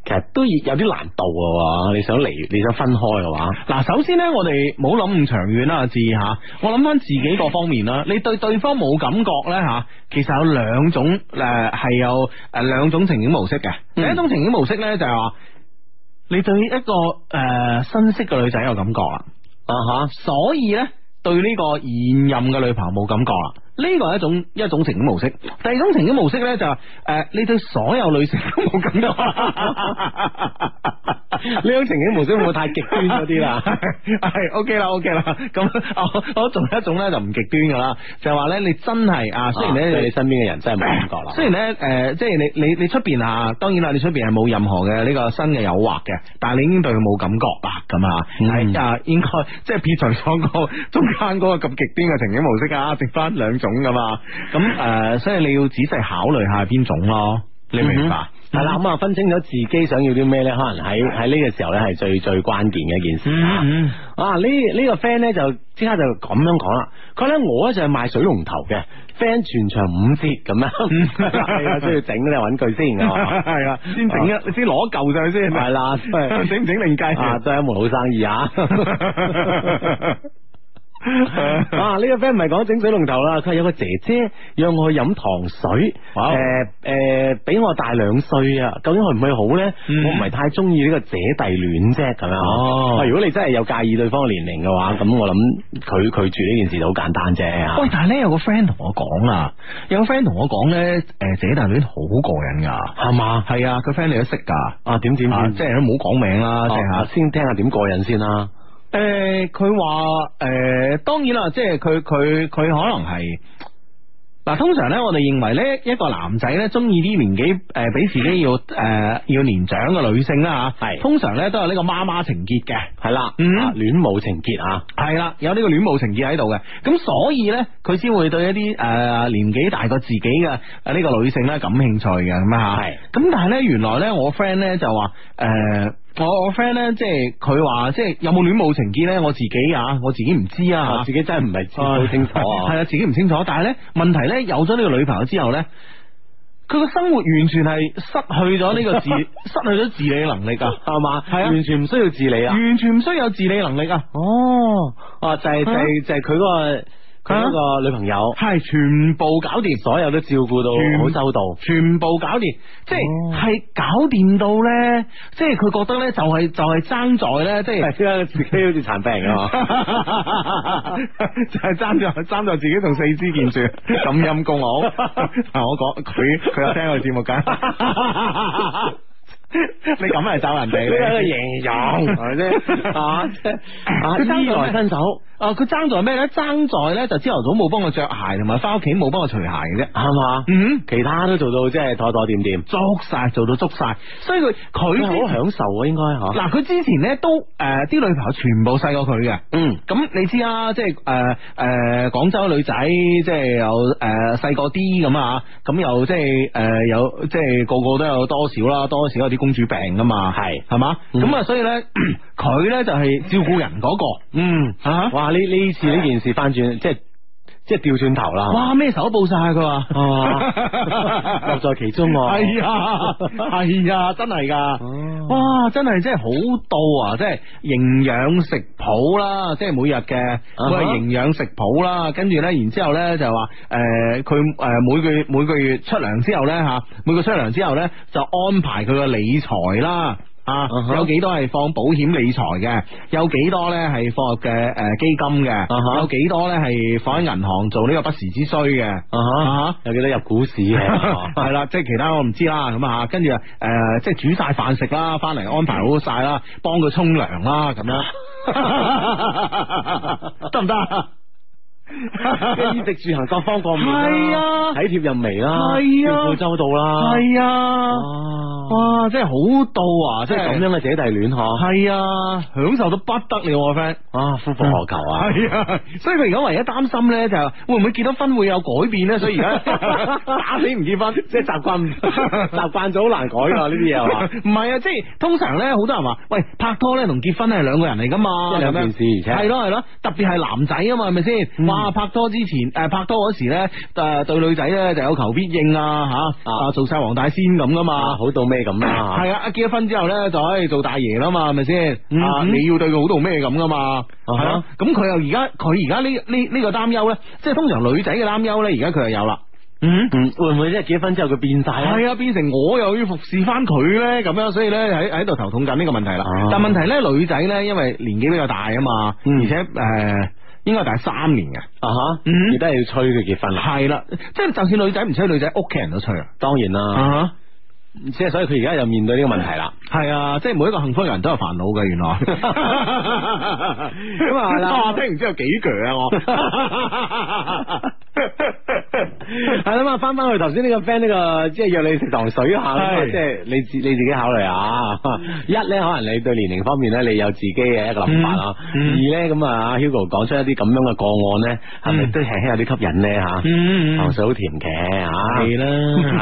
S3: 其實都有啲難度嘅喎。你想離，你想分開嘅話，
S1: 嗱，首先呢，我哋冇諗咁長遠啦，阿志吓，我諗翻自己各方面啦。你對對方冇感覺呢，吓，其實有兩種诶係、有诶两种情景模式嘅。第一種情景模式呢，就係話你對一個诶、呃新識嘅女仔有感覺啦，
S3: 啊吓。
S1: 所以呢，對呢個現任嘅女朋友冇感覺啦。呢個係一種一種情景模式，第二種情景模式呢，就係呃你對所有女性都冇感覺。
S3: 呢種情景模式會唔會太極端咗啲啦？
S1: 系 OK 啦，OK 啦。咁我我仲有一種咧就唔極端噶啦，就係話咧你真係啊，雖然
S3: 啊
S1: 咧
S3: 對
S1: 你
S3: 你。身邊嘅人真係冇感覺啦，
S1: 雖然咧，诶、即係你你你出边啊，當然啦，你出边係冇任何嘅呢個新嘅誘惑嘅，但係你已經對佢冇感覺啦，咁啊，
S3: 嗯
S1: 係、啊，應該即係撇除咗個中間嗰個咁極端嘅情景模式啊，剩翻兩種噶嘛，咁诶、誒所以你要仔細考慮下邊種咯，你明白？
S3: 嗯
S1: 嗯
S3: 係啦，咁啊分清楚自己想要啲咩咧，可能喺喺呢個時候咧係最最關鍵嘅一件事啊。
S1: 嗯
S3: 啊！呢呢個 friend 咧就即刻就咁樣講啦，佢咧我咧就係賣水龍頭嘅，friend 全場五折咁樣， 係啊，需要整咧揾佢先啊。
S1: 嗯 係啦，先整一，先攞嚿上去先，
S3: 係啦，都 係
S1: 整唔整另計
S3: 啊，都係一門好生意啊！ 啊！呢、個 friend 唔係講整水龍頭啦，佢係有個姐姐讓我去飲糖水，
S1: 哇
S3: 誒誒，比、我大兩歲啊，究竟去唔去好咧？
S1: 嗯
S3: 我唔係太中意呢個姐弟戀啫，咁樣。
S1: 哦
S3: 啊如果你真係有介意對方嘅年齡嘅話，咁我諗佢拒絕呢件事就好簡單啫。啊
S1: 喂，但系咧有個 friend 同我講啊，有個 friend 同我講呃咧，诶，姐弟戀好過癮噶，
S3: 係嘛？
S1: 係啊，個 friend 你都識㗎，
S3: 啊，點點
S1: 啊
S3: 點，
S1: 即係都冇講名啦，即係吓。
S3: 啊先聽下點過癮先啦。
S1: 诶，佢話诶，當然啦，即係佢佢佢可能係嗱，通常咧，我哋認為咧，一個男仔咧，中意啲年紀诶，比自己要诶要年長嘅女性啦吓，
S3: 係
S1: 通常咧都有呢個媽媽情結嘅。
S3: 係啦，
S1: 嗯
S3: 啊戀母情 結啊，
S1: 系啦，有呢個戀母情結喺度嘅，咁所以呢，佢先會對一啲诶、呃年紀大過自己嘅呃呢個女性呢感興趣嘅咁啊吓。
S3: 係
S1: 咁但係呢，原來呢，我 friend 呢就話诶、呃我我 friend 呢，即係佢話即係有冇戀母情結呢？我自己啊，我自己唔知啊。
S3: 啊自己真係唔係知好清楚啊
S1: 系。啊，自己唔清楚。但係呢問題呢，有咗呢個女朋友之後呢，佢個生活完全係失去咗呢個 自失去咗自理能力啊，
S3: 係嘛？
S1: 係啊
S3: 完全唔需要自理啊。
S1: 完全唔需要有自理能力啊。
S3: 哦，啊，就係、就係、就係佢嗰個佢嗰個女朋友，
S1: 啊係全部搞掂，
S3: 所有都照顧
S1: 全
S3: 到好周到。
S1: 全部搞掂，即
S3: 哦
S1: 係系搞掂到咧，即係佢覺得咧就係就係爭在咧，即係
S3: 係啊，自己好似殘病啊！
S1: 就係爭在爭在自己同四肢健 全，咁陰 公我。嗱，我講佢佢有聽我節目緊， 你咁嚟走人
S3: 你係一個
S1: 哋你。
S3: 形容係 咪先？啊，即係啊，
S1: 佢生
S3: 衣
S1: 咗咩
S3: 來伸手
S1: 啊，佢爭在咩咧？爭在咧就朝頭早冇幫我着鞋，同埋翻屋企冇幫我除鞋嘅啫。
S3: 係嘛？
S1: 嗯，
S3: 其他都做到即係妥妥掂掂，
S1: 捉晒做到捉晒，所以佢佢
S3: 佢
S1: 先
S3: 好享受啊，應該嚇。
S1: 嗱，佢之前咧都诶啲、女朋友全部細過佢嘅。
S3: 嗯，
S1: 咁你知啦，即係诶诶廣州女仔，即係有诶細個啲咁啊，咁又即係诶有即係個個都有多少啦，多少有啲公主病噶嘛，
S3: 係
S1: 係嘛，
S3: 嗯
S1: 咁啊、所以 咧佢咧就係照顧人嗰、個，嗯啊
S3: 哇！呢呢次呢件事翻轉，即係即係調轉頭啦。
S1: 哇，咩手都報晒佢話。
S3: 哇，樂在其中喎。
S1: 系啊，系啊，真系噶，
S3: 哦
S1: 哇，真系真系好到啊！即系營養食譜啦，即係每日嘅
S3: 啊哈
S1: 每日營養食譜啦，跟住咧，然之后咧就話诶，佢、诶每個月每個月出糧之後咧吓，每個出糧之後咧就安排佢嘅理財啦。啊
S3: 啊哈
S1: 有幾多係放保險理財嘅，有幾多咧係放入嘅诶基金嘅
S3: 哈
S1: 有幾多咧係放喺銀行做呢個不時之需嘅，
S3: 啊哈
S1: 啊哈
S3: 有幾多入股市 嘅？哦
S1: 系啦，即系其他我唔知啦，咁啊，跟住诶，誒即系煮晒饭食啦，翻嚟安排好晒啦，帮佢冲凉啦，咁 样得唔得 啊？
S3: 衣食住行各方各面
S1: 係啊
S3: 體貼入微啦，
S1: 係啊
S3: 照顧周到啦，
S1: 系啊，
S3: 啊，
S1: 哇，真系好到啊，
S3: 即
S1: 真系
S3: 係咁樣嘅姐弟戀嗬，
S1: 系啊，享受到不得了啊，friend。
S3: 啊，夫復何求 啊？
S1: 系啊，所以佢而家唯一担心咧就係会唔会结咗婚会有改变咧？所以而 家打死唔结婚，
S3: 即係 習慣習慣咗好難改㗎呢啲嘢係嘛？
S1: 唔系啊，即系通常咧，好多人话喂拍拖咧同结婚系两个人嚟噶嘛，
S3: 即係兩件事而且嗯
S1: 系咯系咯，特别系男仔啊嘛，系咪先？哇，拍拖之前诶，拍拖嗰时咧诶對女仔咧就有求必應啊吓，
S3: 啊
S1: 啊做晒黃大仙咁噶
S3: 啊，
S1: 嘛。
S3: 好到咩咁啦？
S1: 系啊，一結咗婚之後咧就可以做大爺啦嘛，係咪先？
S3: 嗯
S1: 啊，你要對佢好到咩咁噶嘛？
S3: 哈
S1: 係啊，咁佢又而家佢而家呢呢呢个担忧咧，即係通常女仔嘅擔憂咧，而家佢又有啦。嗯。
S3: 嗯，會唔會即係結咗婚之後佢變晒 啊？
S1: 系啊，變成我又要服侍翻佢咧，咁樣，所以咧喺喺度頭痛緊呢個問題啦。
S3: 啊
S1: 但問題咧，女仔咧，因為年紀比較大啊嘛，
S3: 嗯
S1: 而且诶、呃，应该大三年嘅，
S3: 啊哈，
S1: 嗯
S3: 而家要催佢結婚啦，
S1: 係啦，即係就算女仔唔催，女仔屋企人都催啊。
S3: 當然啦，
S1: 啊，
S3: 即係所以佢而家又面對呢個問題啦。
S1: 系啊，即係每一個幸福嘅人都有煩惱嘅，原 來。咁
S3: 啊係啦
S1: 哇，聽完之後幾鋸啊 我。
S3: 系啦嘛，翻翻去頭先呢個 friend 呢個，即係約你食糖水下啦，
S1: 係
S3: 即係你自你自己考慮下。 一咧，可能你對年齡方面咧，你有自己嘅一個諗法啊。
S1: 嗯嗯
S3: 二咧，咁啊，Hugo 講出一啲咁樣嘅個案咧，係咪
S1: 嗯
S3: 都輕輕有啲吸引咧吓？
S1: 嗯
S3: 糖水好甜嘅吓。
S1: 系啦， 啊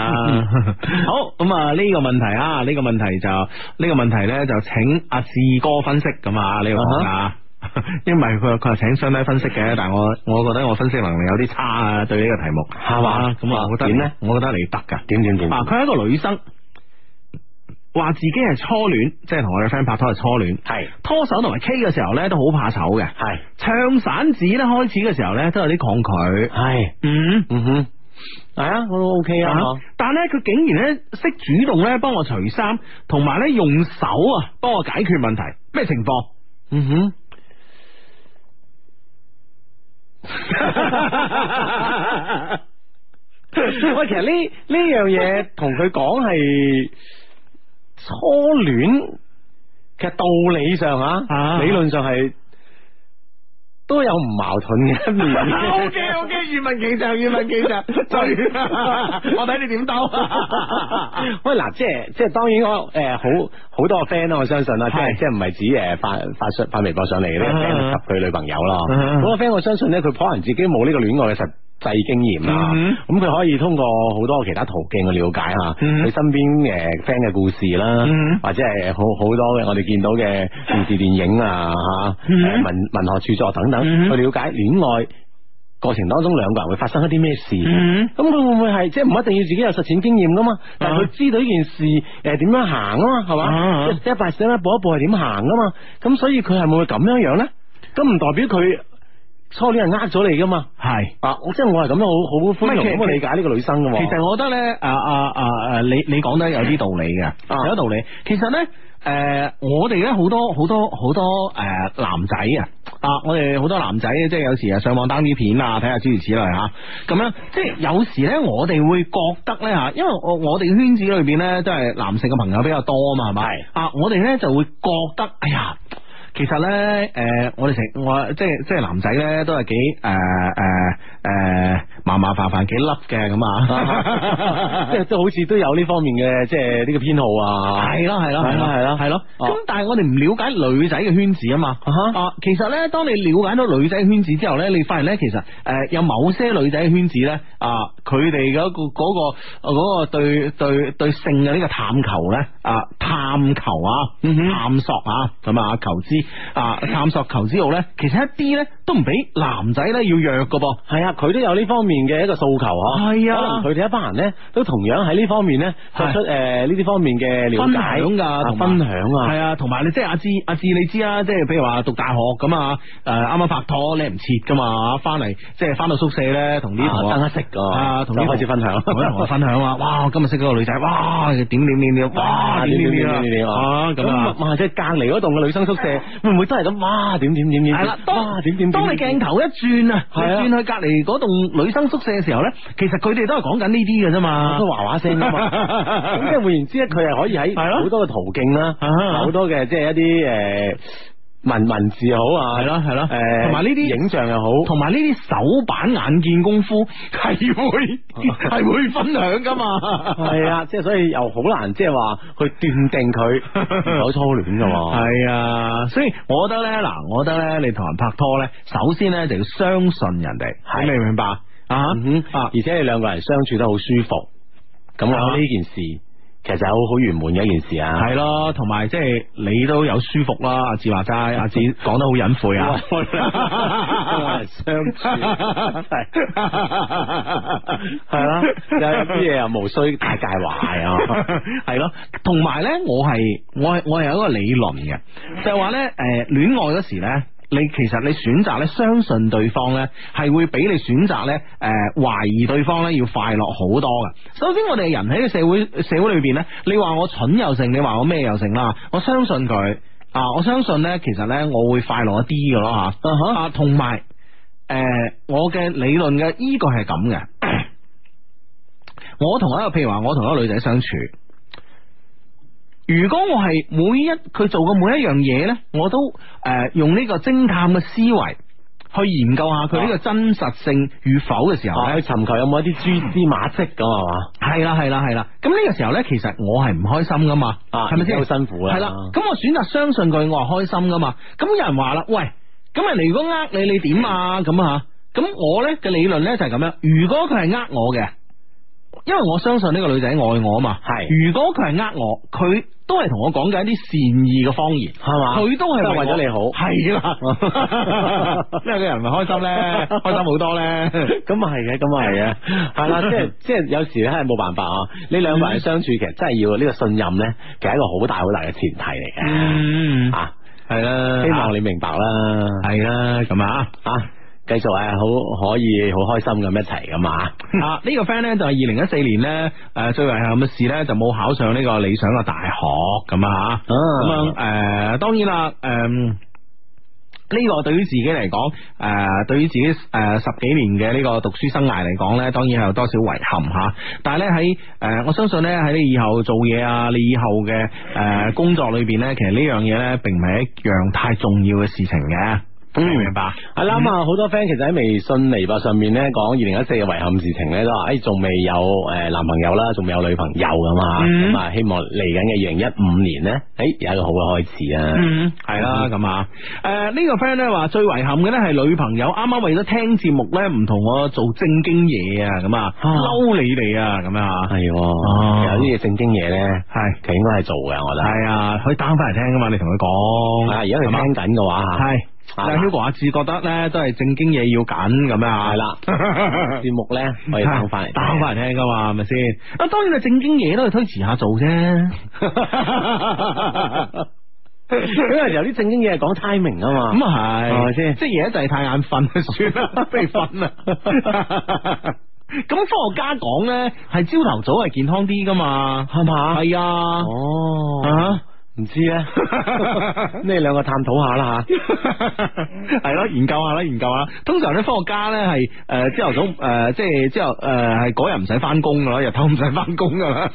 S1: 好咁啊呢個問題啊，呢、個問題就呢、個問題咧就請阿志哥分析咁啊呢個講啊。 因為佢話佢話請相低分析嘅，但係我我覺得我分析能力有啲差啊，對呢個題目
S3: 係嘛
S1: 咁啊，我覺得
S3: 點呢
S1: 我覺得你得㗎。
S3: 點點點
S1: 嗱，佢係一個女生，話自己係初戀，即係同我哋 friend 拍拖係初戀，
S3: 係
S1: 拖手同埋 K 嘅時候咧都好怕醜嘅，
S3: 係
S1: 唱散紙咧開始嘅時候咧都有啲抗拒，
S3: 係，
S1: 嗯。
S3: 嗯哼，係啊，我都 OK 啊。
S1: 啊但系咧，佢竟然咧识主动咧帮我除衫，同埋咧用手啊帮我解决问题，咩情况？
S3: 嗯 哼。 喂，其實呢呢樣嘢同佢講係初戀，其實道理上啊，
S1: 啊
S3: 理論上係都有唔矛盾嘅一面。
S1: O K O K，语文技上，语文技 上， 最我睇你点 兜。
S3: 喂，嗱，即係即係當然我誒好好多 friend 啊啦，我相信啦，即係
S1: 係
S3: 即係唔係指誒發發上發微博上嚟呢個
S1: 啊
S3: friend 及佢女朋友咯。
S1: 啊
S3: 好多 friend 我相信咧，佢可能自己冇呢個戀愛嘅實際經驗啦
S1: 嗯，
S3: 咁佢可以通過好多其他途徑去了解下
S1: 嗯
S3: 佢身邊誒 friend 嘅故事 啦
S1: 嗯，
S3: 或者係好好多嘅我哋見到嘅電視電影啊嚇，
S1: 嗯
S3: 誒文文學著作等等，
S1: 嗯
S3: 去了解戀愛過程當中兩個人會發生一啲咩事。
S1: 嗯
S3: 咁佢會唔會係即係唔一定要自己有實踐經驗噶嘛？但係佢知道呢件事誒點樣行啊嘛，係
S1: 啊
S3: 嘛？
S1: 啊
S3: 即係 step by step 一步一步係點行噶嘛？咁所以佢係咪會咁樣樣咧？咁唔代表佢初戀係呃咗你噶嘛？
S1: 系。
S3: 啊，我即係我係咁樣好好寬容
S1: 唔係其實
S3: 咁去理解呢個女生噶
S1: 其
S3: 喎。
S1: 實我覺得咧，啊啊啊啊，你你講得有啲道理嘅，
S3: 啊
S1: 有道理。其實咧，诶、我哋咧好多好多好多诶、誒男仔啊，啊，我哋好多男仔即係有時啊上網 down 啲片啊，睇下諸如此類吓，咁樣即係有時咧，我哋會覺得咧吓，因為我我哋圈子裏边咧都係男性嘅朋友比較多啊嘛，係咪
S3: 係？
S1: 啊，我哋咧就會覺得，哎呀。其實呃咧，诶、我哋成我即係即系男仔咧，都係幾诶诶诶麻呃麻麻煩煩幾粒嘅咁啊，
S3: 即系都好似都有呢方面嘅，即系呢个偏好啊。
S1: 系 咯系咯
S3: 係咯係咯
S1: 系咯。
S3: 哦
S1: 咁但系我哋唔了解女仔嘅圈子啊嘛。
S3: 哈
S1: 啊，其實咧，當你了解到女仔圈子之後咧，你發現咧，其實诶、呃有某些女仔圈子咧，啊，佢哋嗰個嗰、個嗰、個對對對性嘅呢個探求咧，啊，探求啊，
S3: 嗯
S1: 探索啊，咁啊，求知啊，探索求知欲咧，其實一啲咧都唔比男仔咧要弱噶噃。
S3: 系啊，佢都有呢方面嘅一個訴求嗬。
S1: 係啊
S3: 可能佢哋一班人咧，都同樣喺呢方面咧
S1: 係
S3: 作出诶呢啲方面嘅了
S1: 分
S3: 解，
S1: 享噶，
S3: 啊
S1: 同埋
S3: 分享啊，
S1: 系啊，同埋你即系阿志，阿志你知啊，即系譬如話讀大學咁啊，诶啱啱拍拖你唔切噶嘛，翻嚟即係翻到宿舍咧，同啲同學
S3: 啊等一息噶，
S1: 啊，同啲
S3: 就開始分享，
S1: 同啲同學分享 啊，哇，我今日識咗個女仔，哇，點點點點，哇，點點點啊
S3: 哦
S1: 啊咁啊。
S3: 哇！即係隔離嗰棟嘅女生宿舍，會唔會都係咁？哇！點點點點，
S1: 係啦，
S3: 哇！
S1: 當
S3: 點點點，
S1: 當你鏡頭一轉啊，
S3: 係啊
S1: 你轉去隔離嗰棟女生宿舍嘅時候咧，其實佢哋都係講緊呢啲嘅啫嘛，
S3: 都話話聲 啊嘛。咁即係換言之咧，佢係可以
S1: 係
S3: 喺
S1: 咯
S3: 好多嘅途徑啦，
S1: 啊哈
S3: 好多嘅即係一啲诶文文字又好啊，
S1: 係咯係咯
S3: 誒
S1: 同埋呢啲
S3: 影像又好，
S1: 同埋呢啲手板眼見功夫 係 會係會分享噶嘛，
S3: 系啊，即系所以又好难，即系话去断定佢有初恋噶 喎。
S1: 系啊，所以我覺得咧，嗱，我覺得咧，你同人拍拖咧，首先咧就要相信人哋，
S3: 係
S1: 你明唔明白啊？
S3: 嗯哼，
S1: 啊
S3: 而且你两个人相处得好舒服，咁我
S1: 啊
S3: 諗呢件事其实係好好圆满嘅一件事啊。
S1: 係咯，同埋即係你都有舒服啦，阿志話 齋，阿志講得好隱晦啊。
S3: 相處 係係啦，有啲嘢又無需太介 懷啊。
S1: 系咯，同埋咧，我係我係我系有一個理論嘅，就係話咧，诶，恋爱嗰時咧，你其實你選擇咧相信對方咧，係會比你選擇咧诶怀疑對方咧要快樂好多嘅。首先，我哋人喺個社會社會裏边咧，你話我蠢又成，你話我咩又成啦，我相信佢啊，我相信咧，其實咧我會快樂一啲嘅咯吓。啊，同埋诶，呃我嘅理論嘅依據係咁嘅。我同一個譬如話，我同一個女仔相處，如果我係每一佢做嘅每一樣嘢呢，我都诶、呃用呢個偵探嘅思維去研究下佢呢個真實性與否嘅時候
S3: 啊
S1: 咧，
S3: 去尋求有冇一啲蛛絲馬跡咁係嘛？
S1: 係啦係啦係啦，咁呢個時候呢，其實我係唔開心噶嘛，
S3: 啊
S1: 係咪先？
S3: 好辛苦啦
S1: 係啦，咁我選擇相信佢，我係開心噶嘛。咁有人話啦，喂，咁人哋如果呃你，你點啊？咁啊，咁我呢嘅理論呢就係咁樣，如果佢係呃我嘅。因為我相信呢個女仔愛我啊嘛，
S3: 係
S1: 如果佢係呃我，佢都係同我講緊一啲善意嘅謊言，
S3: 係嘛
S1: 佢啊都係
S3: 都係為咗你好
S1: 係啦， 因為個人咪開心 咧，開心好多咧。
S3: 咁啊係嘅，咁啊係嘅，係啦，即係 即係有時咧係冇辦法啊！你兩個人相處其實真係要呢個信任咧，其實係一個好大好大嘅前提嚟嘅
S1: 嗯，
S3: 啊！
S1: 係啦，
S3: 希望你明白啦，
S1: 係啦，咁啊。
S3: 啊，繼續誒好可以好開心咁一齊咁啊！
S1: 啊！呢、個 friend 咧就係二零一四年咧，诶、最遺憾嘅事咧就冇考上呢個理想嘅大學咁啊
S3: 啊
S1: 咁樣诶、誒當然啦，诶、呢個對於自己嚟講，誒、呃對於自己誒、呃十幾年嘅呢個讀書生涯嚟講呢，當然係有多少遺憾嚇。但係呢，喺誒、呃我相信呢，喺你以後做嘢啊，你以後嘅誒、呃工作裏邊呢，其實呢樣嘢呢，並唔係一樣太重要嘅事情嘅。
S3: 嗯
S1: 明唔明白？
S3: 係啦，咁啊，好多 friend 其實喺微信、微博上面咧講二零一四嘅遺憾事情咧，都話誒哎仲未有誒男朋友啦，仲未有女朋友咁啊，
S1: 嗯
S3: 咁啊，希望嚟緊嘅二零一五年咧，誒有一個好嘅開始啊！
S1: 嗯，系啦咁啊，诶、呢、個个 friend 咧話最遺憾嘅咧係女朋友啱啱為咗聽節目咧唔同我做正經嘢啊，咁啊
S3: 啊
S1: 嬲你哋啊，咁啊
S3: 系，有
S1: 哦
S3: 啲嘢正經嘢咧，
S1: 係
S3: 佢應該係做嘅，我覺得。
S1: 係啊，可以 down 翻嚟聽噶嘛，你同佢講，
S3: 啊，而家佢
S1: 係嘛
S3: 聽緊嘅話啊嚇，
S1: 係，但係 Hugo 阿志覺得咧都係正經嘢要緊咁啊，
S3: 係 啦，節目咧可以等翻嚟，
S1: 打翻嚟聽噶嘛，係咪先？啊，當然係正經嘢都係推遲下做啫。
S3: 因為有啲正經嘢係講 timing 啊
S1: 咁
S3: 嘛。
S1: 啊系，
S3: 係咪先
S1: 即系而家就係太眼瞓，算 啦，不如瞓啦。咁科學家講咧，係朝頭早係健康啲噶嘛，
S3: 係嘛
S1: 係啊，
S3: 哦，
S1: 啊，
S3: 唔知 咧，呢兩個探討下啦吓。
S1: 系咯，研究下啦，研究下。通常啲科學家咧係诶朝頭早诶，即係朝頭诶系嗰日唔使翻工噶啦，日頭唔使翻工 噶啦。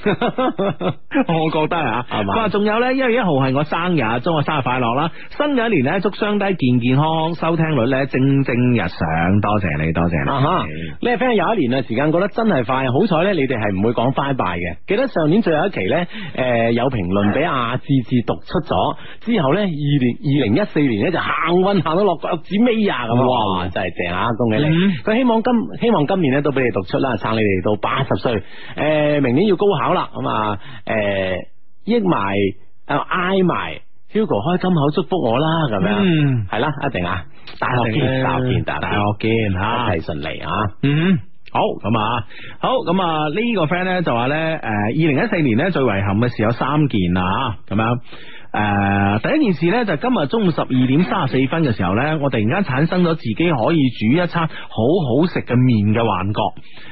S1: 我覺得啊，
S3: 係嘛
S1: 佢話仲有咧，一月一號係我生日，祝我生日快樂啦！新嘅一年咧，祝雙低健健康康，收聽率咧蒸蒸日上。多謝你，多謝
S3: 啊哈
S1: 你。！
S3: 呢個 friend 有一年啊，時間過得真係快，好彩咧，你哋係唔會講拜拜嘅。記得上年最後一期咧，誒、有評論俾阿志志讀出咗，之後咧二年二零一四年咧就行運行到落腳趾尾啊咁啊，哇！真係正啊，恭喜你！
S1: 嗯
S3: 佢、希望今希望今年咧都俾你讀出啦，撐你哋到八十歲。誒、明年要高考啦，咁啊誒益埋啊挨埋。Hugo 開金口祝福我啦，咁樣
S1: 嗯
S3: 係啦、一定啊！大學
S1: 一定
S3: 見，
S1: 啊
S3: 大學見，大
S1: 大
S3: 學
S1: 學見嚇
S3: 一切順利啊！
S1: 嗯。好咁啊，好咁啊，呢個 friend 咧就話咧，诶，二零一四年咧最遺憾嘅事有三件啊，咁樣诶、第一件事咧就係今日中午十二點三十四分嘅時候咧，我突然間產生咗自己可以煮一餐好好食嘅面嘅幻覺。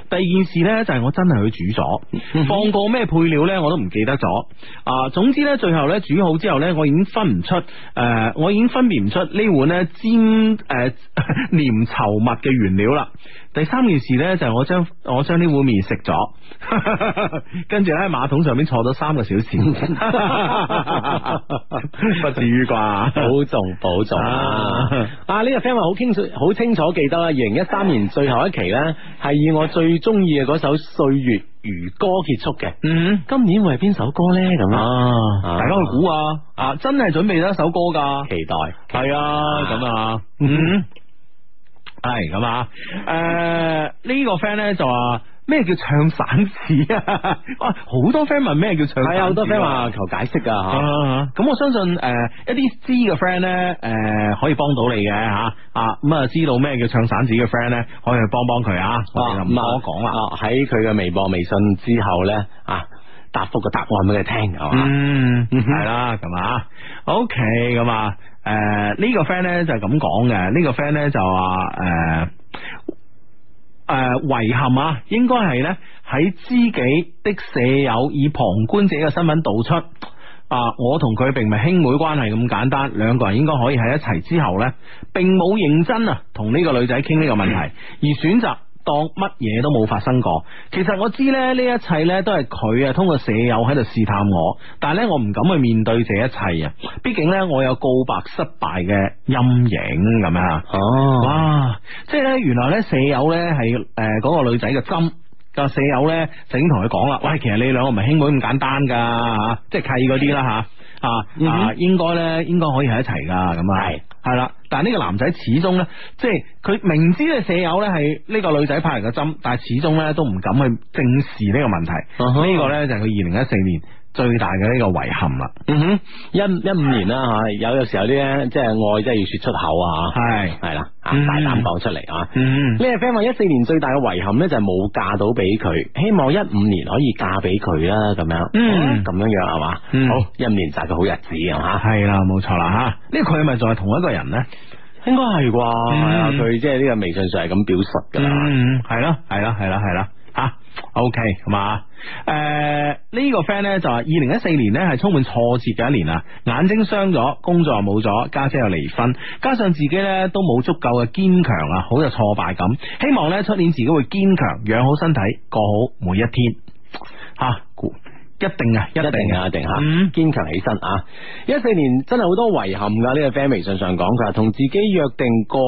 S1: 第二件事咧就係我真係去煮咗，放過咩配料咧我都唔記得咗。啊，總之咧最後咧煮好之後咧，我已經分唔出诶、誒我已經分辨唔出呢碗咧煎 诶、黏稠物嘅原料啦。第三件事呢，就係我將我將呢碗面食咗， 跟住喺馬桶上面坐咗三個小 時，不至於啩？
S3: 保重保重啊
S1: 啊！
S3: 啊呢、個 friend 話好清楚，好清楚記得啊啦。二零一三年最後一期呢，係以我最中意嘅嗰首《歲月如歌》結束嘅。
S1: 嗯，
S3: 今年會係邊首歌呢？咁啊，
S1: 啊，大家去估啊，啊，真係準備咗一首歌噶，
S3: 期待
S1: 係啊，咁啊，嗯，係咁啊，誒呢個 friend 呢，就話。咩叫唱散紙啊？ 哇，好多 friend 問咩叫唱散紙啊
S3: 係啊！好多 friend 話求解釋啊！嚇
S1: 啊咁我相信诶、呃一啲知嘅 friend 咧，诶、可以幫到你嘅吓啊，咁啊知道咩叫唱散紙嘅 friend 咧，可以去幫幫佢啊，我哋就唔多講啦。
S3: 啊喺佢嘅微博、微信之後呢，啊，答覆個答案俾佢聽，係嘛？
S1: 嗯，
S3: 嗯哼
S1: 係啦，咁啊，OK，咁啊，诶、呢、個 friend 咧就係咁講嘅，呢、個 friend 咧就話诶。呃诶，遗、憾啊，應該係呢，喺知己的舍友以旁觀者嘅身份道出啊，我同佢並唔係兄妹關係咁簡單，兩個人應該可以喺一齊之後呢，並冇認真啊同呢個女仔傾呢個問題，而選擇。當乜嘢都冇發生過，其實我知咧呢一切呢都係佢啊通過舍友喺度試探我，但係呢，我唔敢去面對這一切啊，畢竟呢，我有告白失敗嘅陰影咁樣啊。
S3: 哦，
S1: 哇！即系咧，原來咧舍友咧係诶嗰個女仔嘅針。個舍友咧就已經同佢講啦，喂，其實你兩個唔係兄妹咁簡單噶吓，即係契嗰啲啦吓，啊
S3: 嗯
S1: 啊，
S3: 哼
S1: 應該咧應該可以喺一齊噶咁啊，
S3: 係
S1: 係啦，但係呢個男仔始終咧，即係佢明知呢舍友咧係呢個女仔派嚟嘅針，但係始終咧都唔敢去正視呢個問題，
S3: 啊哈
S1: 呢個咧就係佢二零一四年最大嘅呢個遺憾啦，
S3: 嗯哼，一一五年啦吓，有有時候啲咧，即係愛真係要說出口啊！嚇
S1: 係，
S3: 系啦，啊
S1: 嗯
S3: 大胆讲出嚟啊！
S1: 嗯
S3: 呢個 friend 話一四年最大嘅遺憾咧就係冇嫁到俾佢，希望一五年可以嫁俾佢啦，咁樣，
S1: 嗯
S3: 咁樣樣係嘛，
S1: 嗯
S3: 好一五年就係個好日子啊嘛，
S1: 係啦，冇錯啦吓，呢佢係咪仲係同一個人咧？
S3: 應該係啩，
S1: 嗯
S3: 係啊，佢即係呢個微信上係咁表述噶啦，
S1: 嗯，系咯，系咯，系咯，系咯，吓。OK，係嘛？誒、呢、個 friend 呢，就話二零一四年呢係充滿挫折嘅一年啊，眼睛傷咗，工作又冇咗，家姐又離婚，加上自己呢都冇足夠嘅堅強啊，好有挫敗感。希望呢出年自己會堅強，養好身體，過好每一天。嚇、估一定啊，一
S3: 一
S1: 定
S3: 定
S1: 啊，
S3: 啊，一定吓，
S1: 嗯
S3: 堅強起身啊！一四年真係好多遺憾噶，呢、個 friend 微信上講佢話同自己約定過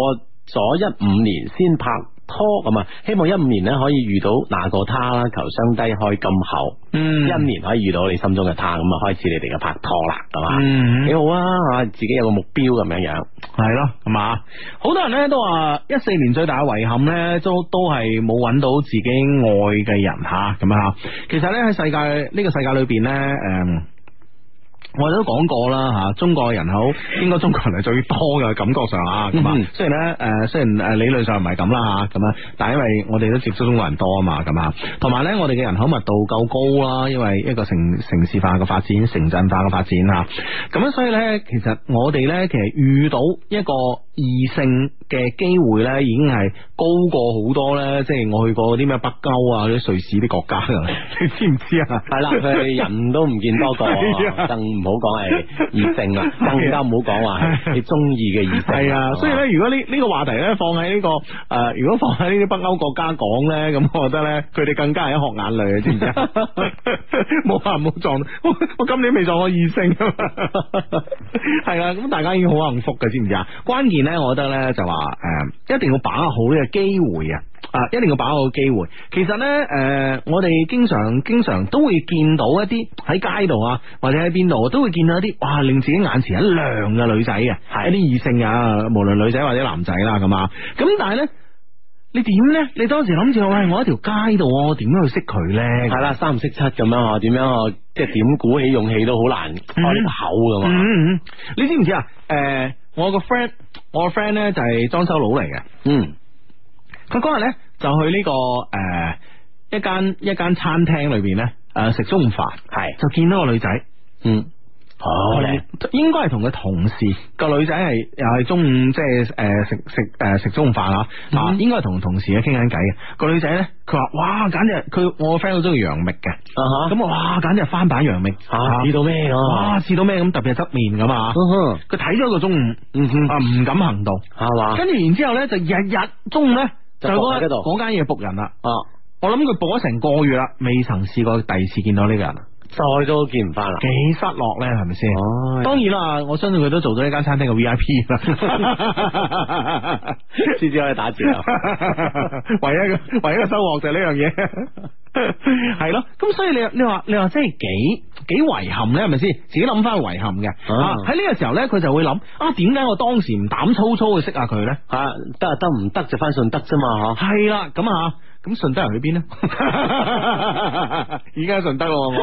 S3: 咗一五年先拍拖咁啊，希望一五年咧可以遇到那個他啦，求相低開金口。
S1: 嗯
S3: 一年可以遇到你心中嘅他，咁啊開始你哋嘅拍拖啦，係嘛？
S1: 嗯
S3: 幾好啊，自己有個目標咁樣樣，
S1: 系咯，系嘛？好多人咧都話一四年最大嘅遺憾咧，都都係冇揾到自己愛嘅人吓，咁啊。其實咧喺世界呢、個世界裏边咧，诶、我哋都講過啦吓，中國人口應該中國人係最多嘅感覺上 啊，咁啊、
S3: 嗯
S1: 雖然咧诶、誒雖然诶理論上唔係咁啦吓，咁啊，但係因為我哋都接觸中國人多啊嘛，咁啊，同埋咧我哋嘅人口密度夠高啦，因為一個城城市化嘅發展、城鎮化嘅發展啊，咁樣所以咧，其實我哋咧其實遇到一個異性嘅機會咧，已經係高過好多咧，即係我去過嗰啲咩北歐啊、啲瑞士啲國家 噶，你知唔知啊？
S3: 系啦，佢哋人都唔見多個，
S1: 係啊
S3: 更唔好講係異性 啦，更加唔好講話係你中意嘅異性。
S1: 系啊，所以
S3: 係嘛
S1: 咧，如果呢呢个话题咧放喺呢、個个诶、呃如果放喺呢啲北歐國家講咧，咁 我覺得咧，佢哋更加係一學眼淚啊，知唔知啊？ 冇啊，冇撞，我我今年未撞過異性啊 嘛，係啦，咁大家已經好幸福嘅，知唔知啊？關鍵咧，我覺得咧就話诶、呃一定要把握好呢個機會啊！啊，一定要把握個機會。其實呢，诶、我哋經常經常都會見到一啲喺街度啊，或者喺邊度都會見到一啲哇，令自己眼前一亮嘅女仔嘅，一啲異性啊，無論女仔或者男仔啦咁啊。咁但係呢，你點呢？你當時諗住，喂，我喺條街度，我點樣去識佢呢？
S3: 係啦，三唔識七咁樣啊，點樣啊，即係點鼓起勇氣都好難開口啊噶
S1: 嗯
S3: 嘛。
S1: 嗯嗯你知唔知啊？诶、我個 friend，我個 friend 呢就係裝修佬嚟嘅。
S3: 嗯，
S1: 佢嗰日咧就去呢、個诶、呃一間一间餐廳裏边咧诶食中午飯，
S3: 係，
S1: 就見到個女仔，
S3: 嗯，好
S1: 嗯
S3: 咧，
S1: 應該係同佢同事個女仔係又係中午即係诶食食诶食中午飯啊，啊
S3: 嗯
S1: 應該係同同事嘅傾緊偈嘅，個女仔咧佢話哇簡直係佢我個 friend 好中意楊冪嘅，
S3: 啊哈，
S1: 咁我哇簡直係翻版楊冪
S3: 啊，知道咩咁
S1: 哇
S3: 啊？
S1: 試到咩咁特別係側面咁啊，
S3: 哼，
S1: 佢睇咗個中午
S3: 嗯哼，
S1: 啊唔敢行動，
S3: 係嘛，
S1: 跟住然之後咧就日日中午咧
S3: 就
S1: 嗰
S3: 坐喺嗰度
S1: 嗰間嘢仆人啦。
S3: 啊，
S1: 我諗佢播咗成個月啦，未曾試過第二次見到呢個人，
S3: 再都見唔翻啦。
S1: 幾失落咧，係咪先？
S3: 哦
S1: 當然啦，我相信佢都做咗呢間餐廳嘅 V I P 啦。
S3: 先至可以打字啊。
S1: 唯一嘅唯一嘅收穫就係呢樣嘢，係咯。咁所以你你話你話真係幾幾遺憾咧，係咪先？自己諗翻遺憾嘅。啊喺呢個時候咧，佢就會諗啊，點解我當時唔膽粗粗去識下佢咧？
S3: 啊，得啊得唔得就翻信德啫嘛， 嗬。
S1: 係啦，咁啊，咁順德人去邊 呢？而家順德咯， 我。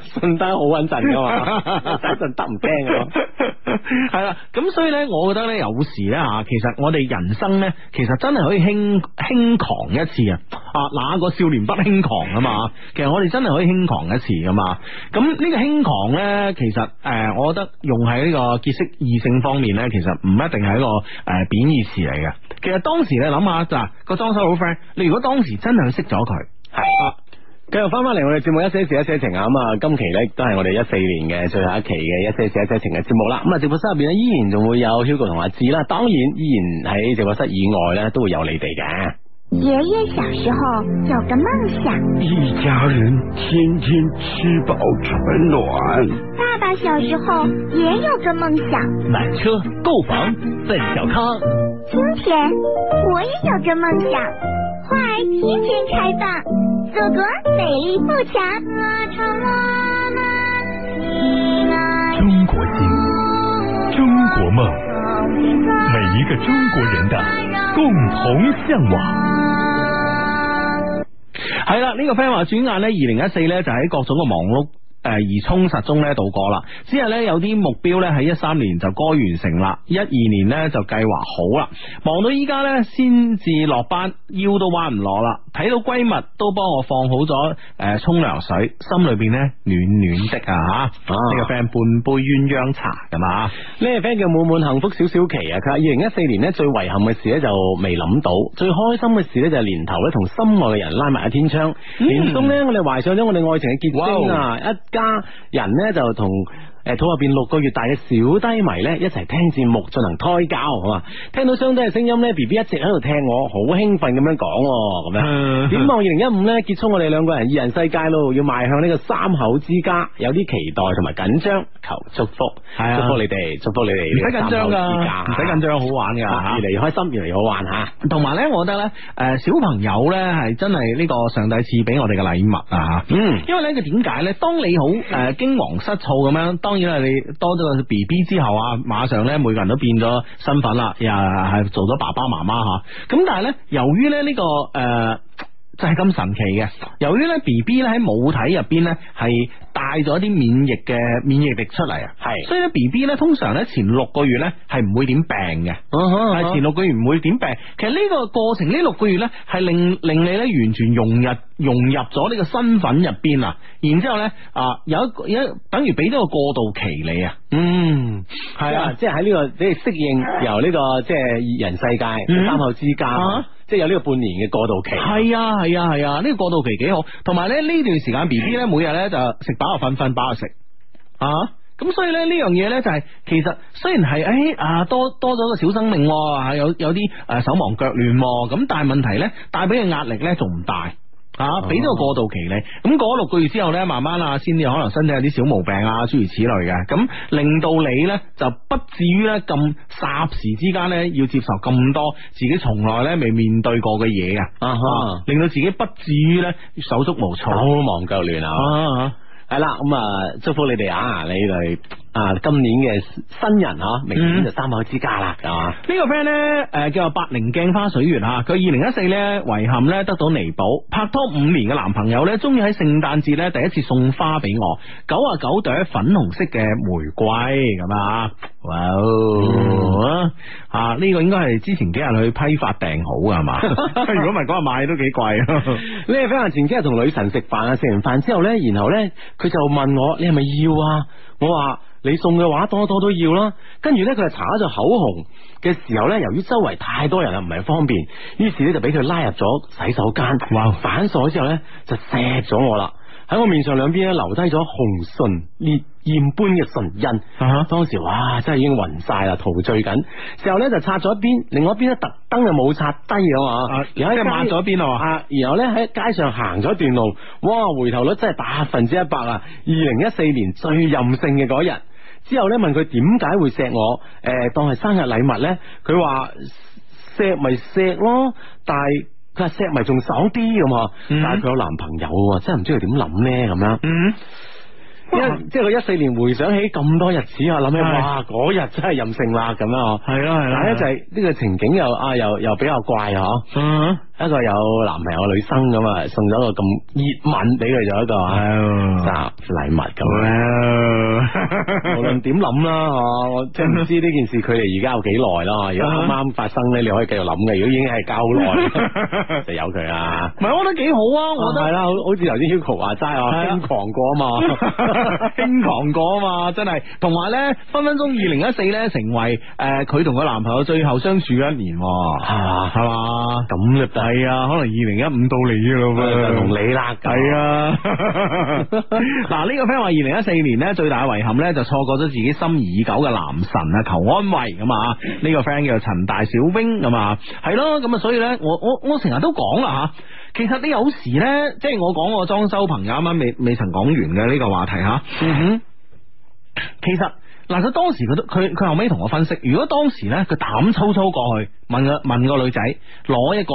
S3: 信德好穩陣噶 嘛，打信德唔驚 噶。
S1: 系啦，咁所以呢，我覺得呢，有時呢，吓，其實我哋人生呢，其實真係可以輕輕狂一次啊！啊，哪個少年不輕狂啊嘛？其實我哋真係可以輕狂一次噶嘛。咁呢個輕狂呢，其實诶、呃我覺得用喺呢個結識異性方面呢，其實唔一定係一個诶贬義詞嚟嘅。其實當時你諗下就係個裝修佬 friend，你如果當時真係去識咗佢，
S3: 系啊。繼續翻翻嚟我哋節目一些事一些情啊，咁啊，今期咧都係我哋一四年嘅最後一期嘅一些事一些情嘅節目啦。咁啊，直播室入邊咧依然仲會有 Hugo 同阿志啦，當然依然喺直播室以外咧都會有你哋嘅。
S4: 爷爷小时候有个梦想，
S5: 一家人天天吃饱穿暖。
S4: 爸爸小时候也有个梦想。
S1: 買車、購房、奔小康。
S4: 今天我也有个梦想，花儿天天开放，祖国美丽富强。我承诺们
S6: 中国心，中国梦，每一个中国人的
S3: 啊
S6: 共同向往。
S1: 系啦，呢、個 friend 話轉眼呢，二零一四呢就喺各種嘅忙碌。诶，而充實中呢度過啦，之後呢，有啲目標呢喺一三年就該完成啦，一二年呢就計劃好啦，忙到依家呢，先至落班，腰都彎唔落啦，睇到閨蜜都幫我放好咗诶沖涼水，心裏邊呢暖暖的啊吓，呢、個 friend 半杯鴛鴦茶咁啊，
S3: 呢個 friend 叫滿滿幸福小小琪啊，佢話二零一四年呢，最遺憾嘅事呢就未諗到，最開心嘅事呢就係年頭呢同心愛嘅人拉埋一天窗，
S1: 嗯
S3: 年中呢，我哋懷上咗我哋愛情嘅結晶
S1: 哦
S3: 啊，一家人呢就同。誒肚入邊六個月大嘅小低迷呢，一齊聽節目進行胎教，係嘛？聽到雙低嘅聲音呢 b B 一直喺度聽我，好興奮咁樣講喎，咁樣。
S1: 嗯
S3: 展望二零一五咧，結束我哋兩個人二人世界路，要邁向呢個三口之家，有啲期待同埋緊張，求祝福，
S1: 係啊
S3: 祝福你哋，祝福你哋，
S1: 唔使緊張噶，唔使緊，張，好玩 噶
S3: 啊
S1: 吓
S3: 越。嚟越開心，越嚟越好玩吓。
S1: 同埋咧，我覺得咧，诶、小朋友咧係真係呢個上帝賜俾我哋嘅禮物啊！
S3: 嗯，
S1: 因為咧，佢點解咧？當你好诶、呃、惊惶失措咁樣，當然啦，你多咗個 B B 之後啊，馬上咧每個人都變咗身份啦，又係做咗爸爸媽媽吓。咁但係咧，由於咧呢、個诶。呃就係咁神奇嘅。由於咧 B B 咧喺母體入邊咧係帶咗啲免疫嘅免疫力出嚟啊，
S3: 係
S1: 所以咧 B B 咧通常咧前六個月咧係唔會點病嘅。係前六個月唔會點病。其實呢個過程呢六個月呢，係令令你咧完全融入融入咗呢個身份入邊啊。然之後咧啊有一個有一等於俾咗個過渡期你啊。嗯，
S3: 係
S1: 係
S3: 啊
S1: 啊，，
S3: 即係喺呢個即係適應由呢個即係二人世界
S1: 嗯
S3: 三口之家
S1: 啊，
S3: 即係有呢個半年嘅過渡期。
S1: 係啊，係啊，係啊，呢、個過渡期幾好。同埋咧呢段時間 B B 呢，每日呢就食飽就瞓，瞓飽就食啊。咁所以咧呢樣嘢呢，就係、其實雖然係誒、啊多多咗個小生命喎，啊有有啲誒手忙腳亂喎咁，但係問題呢，帶俾嘅壓力呢仲唔大。啊！俾咗個過渡期你，咁過咗六個月之後呢，慢慢啊，先至可能身體有啲小毛病啊，諸如此類嘅，咁令到你呢，就不至於呢咁霎時之間呢，要接受咁多自己從來呢未面對過嘅嘢嘅，
S3: 啊哈，
S1: 令到自己不至於呢手足無措。
S3: 手忙腳亂啊！
S1: 啊，
S3: 系啦，咁啊，祝福你哋啊，你哋啊，今年嘅新人啊，明
S1: 嗯
S3: 年就三口之家啦，系嘛？
S1: 呢個 friend 呢，誒叫做八零鏡花水月啊，佢二零一四呢，遺憾呢得到彌補，拍拖五年嘅男朋友呢，終於喺聖誕節呢第一次送花俾我，九啊九朵粉紅色嘅玫瑰咁啊，哇哦！啊呢個應該係之前幾日去批發訂好噶係 嘛？如果唔係嗰日買都幾貴。啊
S3: 呢位 friend 話前幾日同女神食飯啊，食完飯之後呢，然後呢，佢就問我你係咪要啊？我話你送嘅話多多都要啦。跟住呢，佢就搽咗口紅嘅時候呢，由於周圍太多人啊，唔係方便，於是呢，就俾佢拉入咗洗手間。哇！反鎖之後呢，就錫咗我啦，喺我面上兩邊呢，留低咗紅唇烈焰般嘅唇印。
S1: 啊
S3: 當時哇，真係已經暈晒啦，陶醉緊。之後呢，就擦咗一邊，另外一邊呢，特登就冇擦低咁啊
S1: 啊，。而家抹咗一邊啊嘛。
S3: 啊，然後咧喺街上行咗一段路，哇，回頭率真係百分之一百啊！二零一四年最任性嘅嗰日，之後咧問佢點解會錫我，誒、當係生日禮物咧，佢話錫咪錫咯，但係。佢話錫咪仲爽啲咁啊，但
S1: 嗯
S3: 係佢有男朋友喎，真係唔知佢點諗咧咁樣。
S1: 嗯，
S3: 因即係佢一四年回想起咁多日子啊，諗起
S1: 係
S3: 哇嗰日真係任性啦咁樣啊。
S1: 係咯係
S3: 但
S1: 咯，
S3: 係咧就係呢個情景又啊又又比較怪啊。嗬
S1: 嗯。
S3: 一個有男朋友嘅女生咁啊，送咗個咁熱吻俾佢，做一個啊禮物咁樣。無論點諗啦，嗬我即係唔知呢件事距離而家有幾耐啦。嗬如果啱啱發生咧，你可以繼續諗嘅；如果已經係交 好耐，就由佢啦。
S1: 唔係，我覺得幾好啊！我覺得
S3: 係啦，好好似頭先 Hugo 話齋啊，
S1: 係啊
S3: 輕狂過啊嘛。
S1: 輕狂過啊嘛，真係，同埋呢，分分鐘二零一四呢，成為誒佢同佢男朋友最後相處嘅一年喎，
S3: 係嘛
S1: 係嘛？
S3: 啊咁就得
S1: 係啊，可能二零一五到你嘅咯
S3: 就
S1: 噃，
S3: 同你啦，咁
S1: 係啊，嗱呢個 friend 話二零一四年呢，最大嘅遺憾呢，就錯過咗自己心儀已久嘅男神啊，求安慰咁啊！呢、個 friend 叫陳大小 wing 咁啊，係咯咁啊，所以呢，我我我成日都講啦吓。其實你有時呢，即係我講我裝修朋友啊啱啱未未曾講完嘅呢個話題吓，
S3: 嗯
S1: 其實嗱佢當時佢都佢佢後尾同我分析，如果當時呢，佢膽粗粗過去問個問個女仔攞一個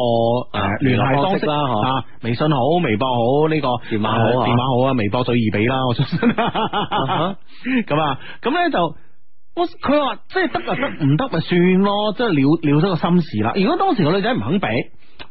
S3: 啊
S1: 誒聯
S3: 聯絡
S1: 繫
S3: 方
S1: 方
S3: 式
S1: 式
S3: 啦嗬
S1: 啊，微信好、微博好呢、個
S3: 電話好啊
S1: 電話好啊，微博最易俾啦，我相信。
S3: 哈
S1: 咁啊，咁咧就。我佢話即係得就啊得，唔得咪算咯，即係了了咗個心事啦。如果當時個女仔唔肯俾，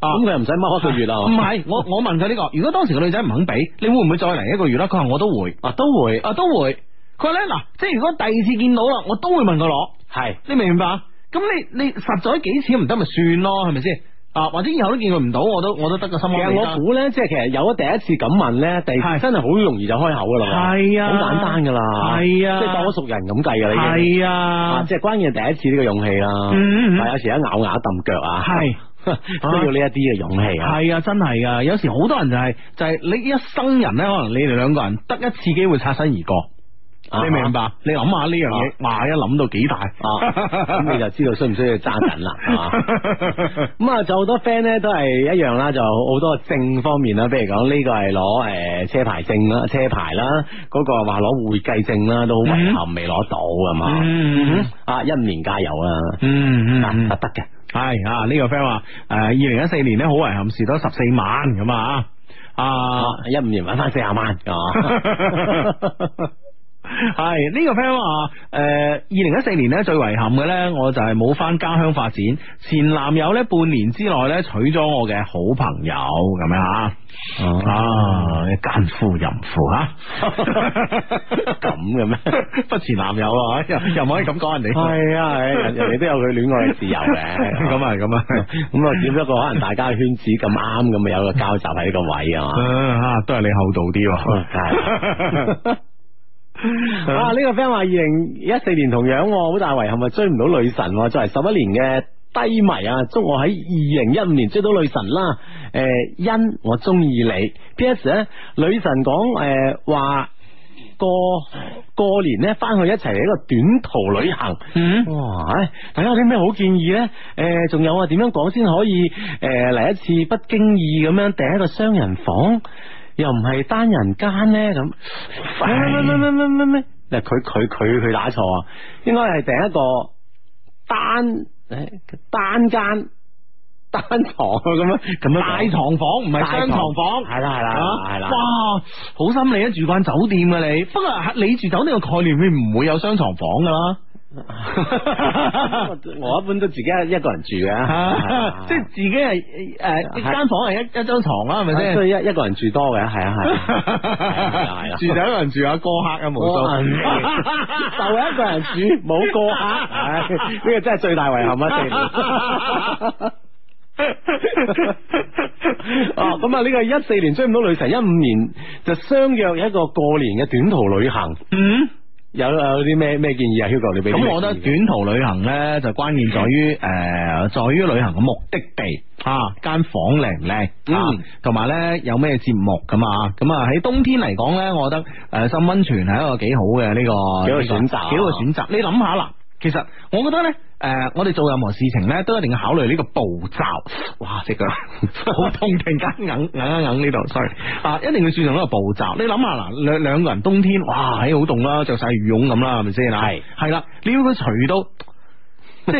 S1: 啊
S3: 哼，咁佢又唔使剝一個月啦。啊
S1: 唔係我我問佢呢、個，如果當時個女仔唔肯俾，你會唔會再嚟一個月啦？佢話我都會，
S3: 啊，都會
S1: 啊都會。佢話咧嗱，即係如果第二次見到啦，我都會問佢攞，
S3: 係
S1: 你明唔明白？咁你你實在幾次唔得咪算咯，係咪先？啊，或者以後都見佢唔到，我都我都得個心
S3: 其
S1: 安
S3: 實
S1: 理得
S3: 我估咧，即係其實有咗第一次咁問咧，第二
S1: 係
S3: 次真係好容易就開口噶啦，
S1: 係啊
S3: 好簡單噶啦，
S1: 係啊
S3: 即係當我熟人咁計噶啦，已經
S1: 係
S3: 啊，
S1: 啊，
S3: 即係關鍵係第一次呢個勇氣啦，
S1: 嗯嗯嗯
S3: 但係有時一咬牙揼腳啊，
S1: 係。
S3: 需要呢一啲嘅勇氣啊，
S1: 係啊，真係噶，有時好多人就係、就係、你一生人咧，可能你哋兩個人得一次機會擦身而過，
S3: 啊
S1: 你明唔明白？你諗下呢樣嘢，哇！一諗到幾大
S3: 啊，咁你就知道需唔需要揸緊啦， 係嘛
S1: 啊！
S3: 咁啊，就好多 friend 咧都係一樣啦，就好多證方面啦，譬如講呢個係攞誒車牌證啦、車牌啦，嗰、個話攞會計證啦，都好遺憾未攞到咁嘛。
S1: 嗯
S3: 啊，一年加油啊！
S1: 嗯
S3: 啊
S1: 嗯
S3: 得，得嘅，
S1: 係啊！呢、個 friend 話誒，二零一四年咧好遺憾，蝕咗十四萬咁啊！啊
S3: 啊，一五年搵翻四廿萬，啊，
S1: 系呢、個个 friend 话，诶、二零一四年咧最遺憾嘅咧，我就係冇翻家鄉發展，前男友咧半年之內咧娶咗我嘅好朋友咁樣吓。
S3: 哦
S1: 啊，奸夫啊淫婦 吓，
S3: 咁嘅咩？
S1: 不前男友啊，又又唔可以咁講人哋。
S3: 系啊，係人人哋都有佢戀愛嘅自由嘅。
S1: 咁啊，咁啊，
S3: 咁啊，只不過可能大家嘅圈子咁啱咁啊，有個交集喺呢個位啊嘛。哦
S1: 啊，都係你厚道啲喎。
S3: 係啊！呢、個 friend 話二零一四年同樣喎好大遺憾啊，追唔到女神喎，作為十一年嘅低迷啊，祝我喺二零一五年追到女神啦！诶、因我中意你。P.S. 咧，女神講诶話過過年咧翻去一齊一個短途旅行。
S1: 嗯，
S3: 哇！唉大家有啲咩好建議呢？诶、仲有啊，點樣講先可以诶嚟、一次不經意咁樣訂一個雙人房，又唔係單人間呢？咁？咩咩咩咩咩咩？嗱，佢佢佢佢打錯啊！應該係訂一個單诶單間單床啊咁樣咁樣
S1: 大床房唔係雙床房。
S3: 係啦係啦啊係啦。
S1: 啊哇，好心你啊，住慣酒店啊你，不過你住酒店嘅概念，你唔會有雙床房噶啦。
S3: 我一般都自己一個人住 嘅，啊
S1: 即系自己系诶
S3: 係
S1: 间房系一一张床啦，系咪先
S3: 所？以一一個人住多嘅，係 啊係 啊。係啊
S1: 住就一個人住啊，過客啊，無
S3: 我
S1: 數。
S3: 就一個人住，冇過客，唉，呢個真係最大遺憾啊！四年。 哦，咁啊，呢個一四年追唔到女神，一五年就相約一個過年嘅短途旅行，
S1: 嗯，
S3: 有有啲咩咩建議啊？Hugo，你俾啲嗯咩
S1: 咁我覺得
S3: 建
S1: 短
S3: 議
S1: 途旅行咧，就關鍵在於诶，在於旅行嘅目的地。啊，間房靚唔靚？啊
S3: 嗯，
S1: 同埋咧有咩節目噶嘛？咁啊喺冬天嚟講咧，我覺得诶浸温泉係一個幾好嘅呢個
S3: 幾個
S1: 呢個
S3: 選擇啊
S1: 幾好嘅選擇。你諗下啦，其實我覺得咧。诶、我哋做任何事情咧，都一定要考慮呢個步驟。哇，只腳 好痛，突然間硬 硬硬硬呢度，sorry 啊，一定要注重呢個步驟。你諗下嗱，兩兩個人冬天，哇，喺好凍啦，着晒羽絨咁啦，係咪先啊？係係啦，你要佢除到。 即系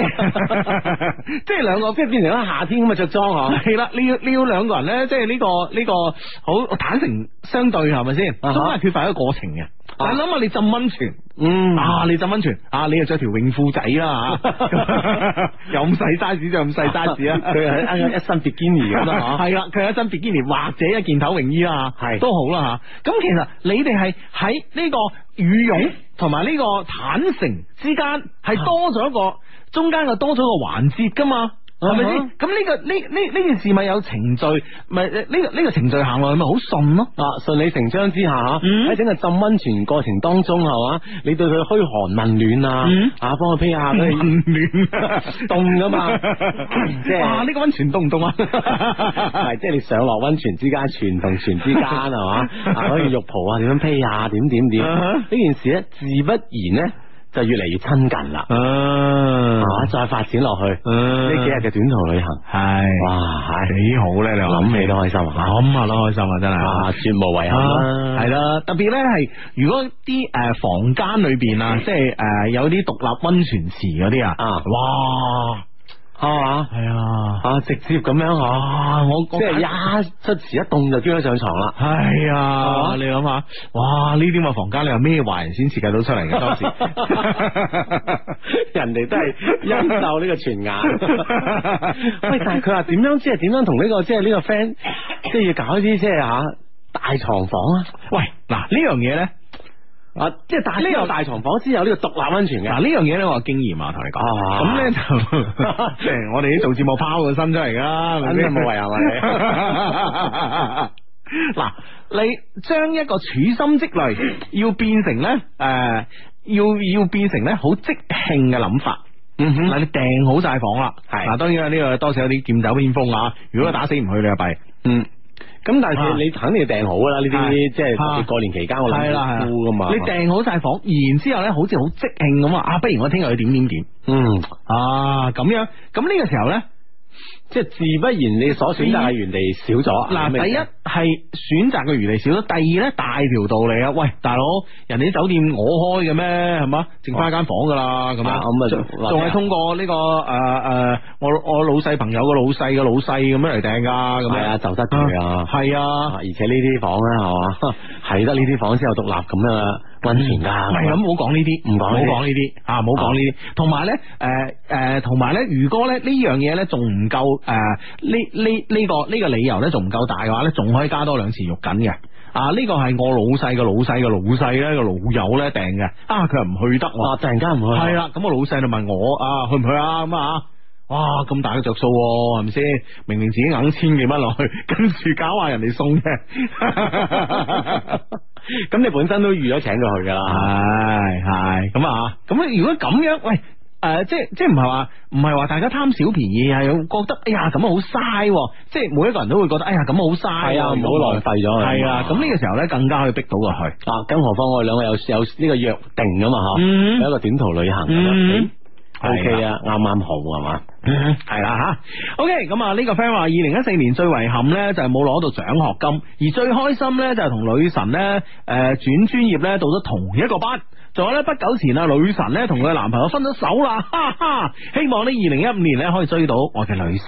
S1: 即系 两个，即系变成咗夏天咁嘅着装嗬。 系啦，你要你要两个人咧，即系呢、個个呢、個个好坦誠相對係咪先？
S3: 啊哈啊
S1: 中間係缺乏一個過程嘅。但係諗下你浸温泉。
S3: 嗯
S1: 啊！你浸温泉啊，你又着條泳褲仔 啦吓，又咁細 size 就咁細 size 啊，
S3: 佢係啱啱一身比基尼咁啦 嗬。
S1: 系啦，佢有一身比基尼或者一件頭泳衣啦，
S3: 係
S1: 都好啦吓。咁其實你哋係喺呢個羽絨同埋呢個坦誠之間係多咗一個中間嘅多咗個環節噶嘛。係咪先
S3: 啊？
S1: 咁呢、個呢呢呢件事咪有程序，咪呢、個呢、個程序行落去咪好順咯？
S3: 啊，順理成章之下嚇
S1: 嗯
S3: 喺、整個浸温泉過程當中係嘛，你對佢噓寒問暖啊，
S1: 嗯
S3: 啊幫佢 披下佢
S1: 暖
S3: 凍噶 嘛， 即
S1: 哇！呢、
S3: 係
S1: 個温泉凍唔 凍啊？
S3: 係即係你上落温泉之間，泉同泉之間係嘛， 啊可以浴袍啊點樣披啊，點點點，
S1: 啊哈
S3: 呢件事咧自不然咧就越嚟越親近啦，
S1: 啊嗯
S3: 係嘛，再發展落去
S1: 啊
S3: 呢、幾日嘅短途旅行，
S1: 系
S3: 哇，
S1: 幾好咧！你話
S3: 諗起都開心啊，
S1: 諗下都開心啊，真係
S3: 啊絕無遺憾啦，
S1: 系啦，特別咧係如果啲诶房間裏边啊，即係诶有啲獨立温泉池嗰啲啊，
S3: 嗯啊
S1: 哇，
S3: 係嘛。
S1: 係啊，
S3: 啊，直接咁樣嗬、
S1: 啊我
S3: 即係一出遲一凍就叫佢上床啦。
S1: 系啊，
S3: 啊
S1: 你諗下，哇！呢啲咁嘅房間，你話咩壞人先設計到出嚟嘅 當時？
S3: 人 哋都係因受呢個 傳眼。喂，但係佢話點樣即係點樣同呢、個即係呢個 friend 即係要搞啲即係吓大床房啊？
S1: 喂，嗱呢樣嘢咧，
S3: 啊，即係大呢個大床房先有呢個獨立温泉嘅。
S1: 嗱呢樣嘢咧，我有經驗啊，同你講。
S3: 啊
S1: 咁咧就 即係我哋啲做節目拋個心出嚟噶，係咪先
S3: 真係冇遺憾啊
S1: 嗱，你將一個處心積慮，要變成咧诶、呃要要变成咧好即興嘅諗法。
S3: 嗯
S1: 嗱，你訂好晒房啦，
S3: 係
S1: 嗱，當然啦，呢個多少有啲劍走偏鋒啊。如果打死唔去，你就弊。
S3: 嗯。咁但
S1: 啊
S3: 係你肯定要訂好噶啦，呢
S1: 係
S3: 啲即係
S1: 啊
S3: 特別過年期間
S1: 係
S3: 我
S1: 啦係
S3: 諗
S1: 啦
S3: 沽噶嘛。
S1: 你訂好晒房，然之后咧，好似好即興咁啊！啊，不如我聽日去點點點
S3: 嗯，
S1: 啊，咁樣咁呢個時候咧。
S3: 即係自不然你所選擇嘅原地少咗。啊
S1: 嗱，
S3: 咁
S1: 第一
S3: 你
S1: 係選擇嘅餘地少咗，第二咧大條道理啊！喂，大佬，人哋啲酒店我開嘅咩，係嘛，剩翻間房噶啦，咁
S3: 啊咁啊
S1: 樣，仲
S3: 嗱
S1: 仲係通過呢個诶诶呃我我老细朋友個老细嘅老细咁樣嚟訂噶，咁
S3: 係
S1: 樣
S3: 啊，就得佢啊。
S1: 係
S3: 啊
S1: 啊，
S3: 而且呢啲房咧，係嘛，係得呢啲房先有獨立咁嘅温泉
S1: 唔
S3: 㗎。
S1: 嗯係咁，唔好講呢啲，
S3: 唔講呢啲
S1: 唔好講呢啲啊，唔好講呢啲。同埋咧，誒誒，同埋咧，如果咧呢樣嘢咧仲唔夠誒呢呢呢個呢個理由咧仲唔夠大嘅話咧，仲可以加多兩次肉緊嘅。啊！呢個係我老細嘅老細嘅老細咧個老友咧訂嘅，啊佢又唔去得喎啊
S3: 哇！，突然間唔去，
S1: 系啦，咁我老細就問我啊，去唔去啊？咁啊，哇，咁大嘅着數喎，係咪先？明明自己硬千幾蚊落去，跟住搞下人哋送嘅，
S3: 咁你本身都預咗請佢去㗎
S1: 嗯
S3: 啦。
S1: 係係咁啊，咁如果咁樣，喂。誒、即係即係唔係話唔係話大家貪小便宜，係覺得哎呀咁好嘥喎，即係每一個人都會覺得哎呀咁好嘥喎，
S3: 係啊，唔好浪費咗佢。
S1: 係啊，咁呢個時候咧更加可以逼到佢去。
S3: 啊，更何況我哋兩個有有呢個約定㗎嘛，吓，
S1: 嗯
S3: 有一個短途旅行
S1: 嗯
S3: ，O
S1: 係
S3: K
S1: 啦
S3: 啊，啱啱好係嘛，
S1: 嗯，系啦吓，OK，咁啊呢個 friend 話二零一四年最遺憾呢就係冇攞到獎學金，而最開心呢就係同女神呢诶轉專業呢到咗同一個班。仲有呢，不久前啊，女神呢同佢嘅男朋友分咗手啦，哈哈！希望呢二零一五年呢可以追到我嘅女神。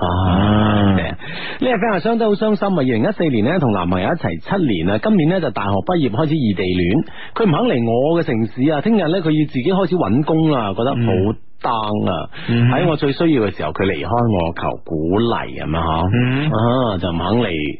S1: 嗯
S3: 啊，呢個 friend 話相得好傷心啊！二零一四年呢，同男朋友一齊七年啊，今年呢，就大學畢業開始異地戀，佢唔肯嚟我嘅城市啊，聽日呢，佢要自己開始揾工啦，覺得好 down 啊！
S1: 嗯
S3: 喺我最需要嘅時候，佢離開我求鼓勵咁樣嗬，
S1: 嗯
S3: 啊就唔肯嚟。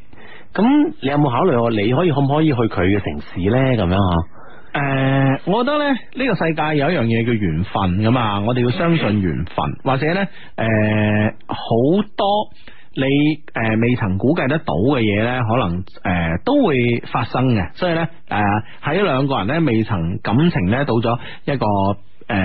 S3: 咁你有冇考慮過你可以可唔可以去佢嘅城市呢？咁樣嗬？
S1: 诶、呃我覺得咧呢、個世界有一樣嘢叫緣分噶嘛，我哋要相信緣分，或者咧诶好多你诶、呃未曾估計得到嘅嘢咧，可能诶、呃都會發生嘅，所以咧诶喺兩個人咧未曾感情咧到咗一個诶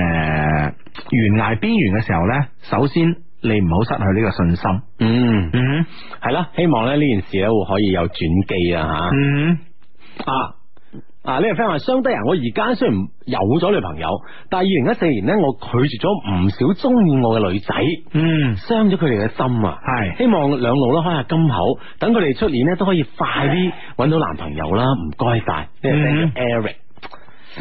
S1: 懸崖邊緣嘅時候咧，首先你唔好失去呢個信心。
S3: 嗯，
S1: 嗯
S3: 系啦，希望咧呢件事咧會可以有轉機啊吓。
S1: 嗯，
S3: 啊啊！呢個 friend 話相低人，我而家雖然有咗女朋友，但係二零一四年呢，我拒絕咗唔少中意我嘅女仔，
S1: 嗯，
S3: 傷咗佢哋嘅心啊！
S1: 係
S3: 希望兩老啦開下金口，等佢哋出年呢都可以快啲揾到男朋友啦！唔該晒，呢個 friend 叫 Eric，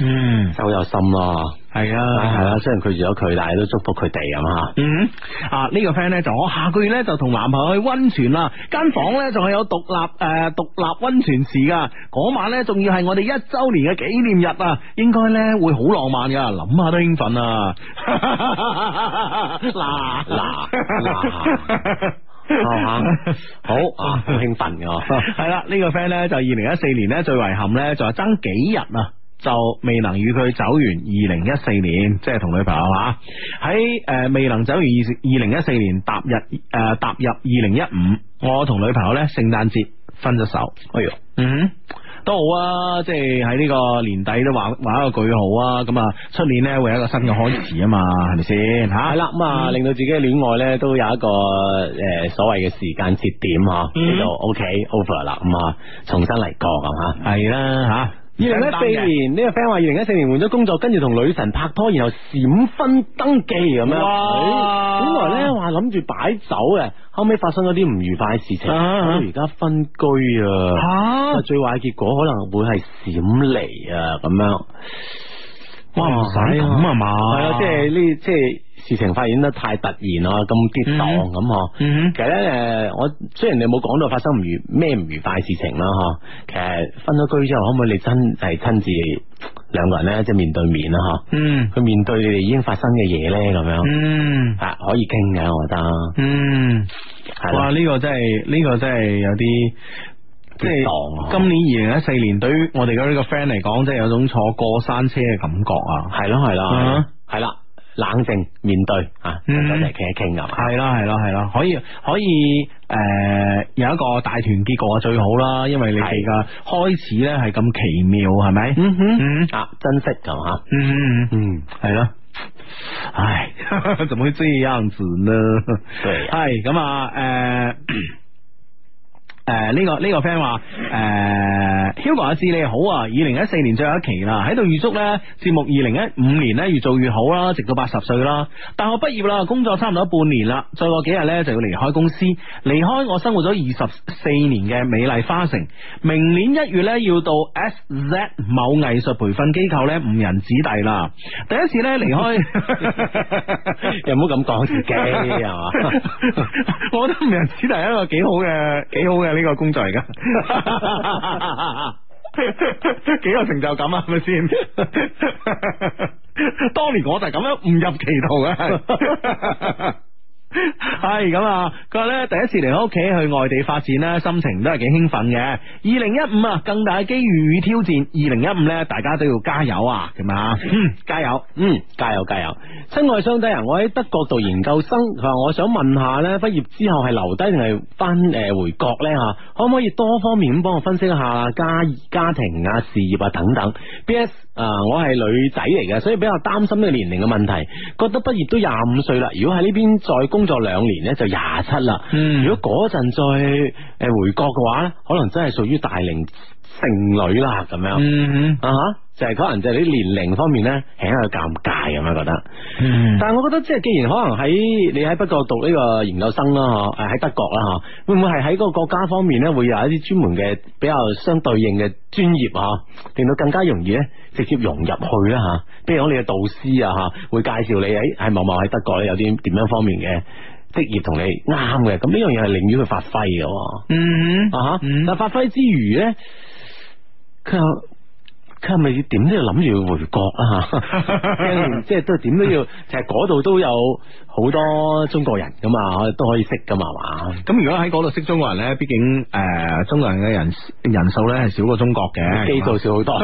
S1: 嗯，
S3: 收有心咯，
S1: 係啊，
S3: 係啦，雖然拒絕咗佢，但係都祝福佢哋 咁吓。
S1: 嗯，啊呢、個 friend 咧就我下個月咧就同男朋友去温泉啦，間房咧仲係有獨立诶独、獨立温泉池噶，嗰晚咧仲要係我哋一周年嘅紀念日啊，應該咧會好浪漫噶，諗下都興奮啊！嗱
S3: 嗱 嗱啊好啊，好興奮嘅呵
S1: 系啦，呢、個 friend 咧就二零一四年咧最遺憾咧就係爭幾日啊。就未能與佢走完二零一四年，即係同女朋友啊，喺誒、呃未能走完二零一四年，踏入誒、呃踏入二零一五，我同女朋友咧聖誕節分咗手。哎呦，嗯哼，都好啊，即係喺呢個年底都畫畫一個句號啊，咁啊出年咧會有一個新嘅開始啊嘛，係咪先嚇？嗯
S3: 系啦，咁啊，令到自己嘅戀愛咧都有一個诶、呃所謂嘅時間節點啊吓，
S1: 嗯
S3: 呢度 OK over 啦，咁啊，重新嚟過咁吓。
S1: 係啦嚇。
S3: 二零一四年呢個 friend 話，二零一四年換咗工作，跟住同女神拍拖，然後閃婚登記咁樣。
S1: 哇
S3: 哎本來咧話諗住擺酒嘅，後尾發生咗啲唔愉快嘅事情，
S1: 啊啊
S3: 咁而家分居
S1: 嚇、
S3: 啊。咁啊最壞嘅結果可能會係閃離啊，咁樣。
S1: 哇唔使咁啊嘛，
S3: 係啊，即係呢，即係事情發展得太突然啊，咁跌宕咁嗬。
S1: 嗯哼
S3: 其實咧，诶，我雖然你冇講到發生唔愉咩唔愉快事情啦，嗬，其實分咗居之後，可唔可以你真係親自兩個人咧，即係面對面啦，嗬，
S1: 嗯。
S3: 去面對你哋已經發生嘅嘢咧，咁樣
S1: 嗯
S3: 啊，可以傾嘅，我覺得
S1: 嗯，
S3: 係
S1: 哇！
S3: 啦，
S1: 呢、個真係呢、個真係有啲。即
S3: 跌
S1: 係
S3: 宕啊
S1: 今年二零一四年，對於我哋嘅呢個 friend 嚟講，即係有種坐過山車嘅感覺啊！
S3: 係咯，係啦，係
S1: 嗯
S3: 啦係啦，冷靜面對啊，
S1: 嗯
S3: 大家嚟傾一傾咁。啊
S1: 係啦，係啦，係啦，可以可以诶、呃有一個大團結局啊，最好啦，因為你哋嘅開始咧係咁奇妙，係咪？
S3: 嗯哼
S1: 嗯
S3: 啊，珍惜咁吓，
S1: 嗯嗯，嗯
S3: 嗯，
S1: 係咯。唉， 怎麼會這樣子呢？
S3: 對啊
S1: 呃係咁啊，诶、诶呢个呢、个 friend 话诶 Hugo 阿志你好啊，二零一四年最後一期啦，喺度預祝呢節目二零一五年呢越做越好啦，直到八十歲啦。大學畢業啦，工作差唔多半年啦，再過幾日呢就要離開公司，離開我生活咗二十四年嘅美麗花城。明年一月呢要到 SZ 某藝術培訓機構呢誤人子弟啦。第一次呢離 開。
S3: 又唔好咁講自己係嘛？
S1: 我覺得名人子弟係一個幾好嘅幾好嘅呢個工作嚟噶。 幾有成就感啊，係咪先？ 當年我就係咁樣誤入歧途啊嘅。 系咁啊！佢话咧第一次嚟屋企去外地發展咧，心情都係幾興奮嘅。二零一五啊，更大嘅機遇與挑戰。二零一五咧，大家都要加油啊！咁啊，嗯加油！
S3: 嗯，加油加油！親愛相低人，我喺德國讀研究生，佢話我想問下咧，畢業之後係留低定係翻誒回國咧嚇？可唔可以多方面咁幫我分析一下家家庭啊、事業啊等等？B.S. 啊、我係女仔嚟嘅，所以比較擔心呢個年齡嘅問題，覺得畢業都廿五歲啦，如果喺呢邊再工作兩年咧，就廿七啦。
S1: 嗯
S3: 如果嗰陣再誒回國嘅話咧，可能真係屬於大齡剩女啦咁樣。
S1: 嗯
S3: 啊哈，就係可能就係啲年齡方面咧，係有尷尬咁樣覺得。
S1: 嗯
S3: 但係我覺得即係既然可能喺你喺北國讀呢個研究生啦，嗬，誒喺德國啦，嗬，會唔會係喺嗰個國家方面咧，會有一啲專門嘅比較相對應嘅專業啊，嗬令到更加容易咧直接融入去啦嚇。譬如講你嘅導師啊嚇，會介紹你喺喺某某喺德國咧有啲點樣方面嘅職業同你啱嘅，咁呢樣嘢係寧願佢發揮嘅喎。
S1: 嗯
S3: 啊哈！
S1: 嗯
S3: 但發揮之餘咧，佢又佢係咪點都要諗住要回國啊？
S1: 嗯
S3: 驚即係都點都 要，其實嗰度都有好多中國人噶嘛，都可以識噶嘛，係嘛？
S1: 咁如果喺嗰度識中國人咧，畢竟诶、呃中國人嘅人人数咧係少過中國嘅，
S3: 基數少好多。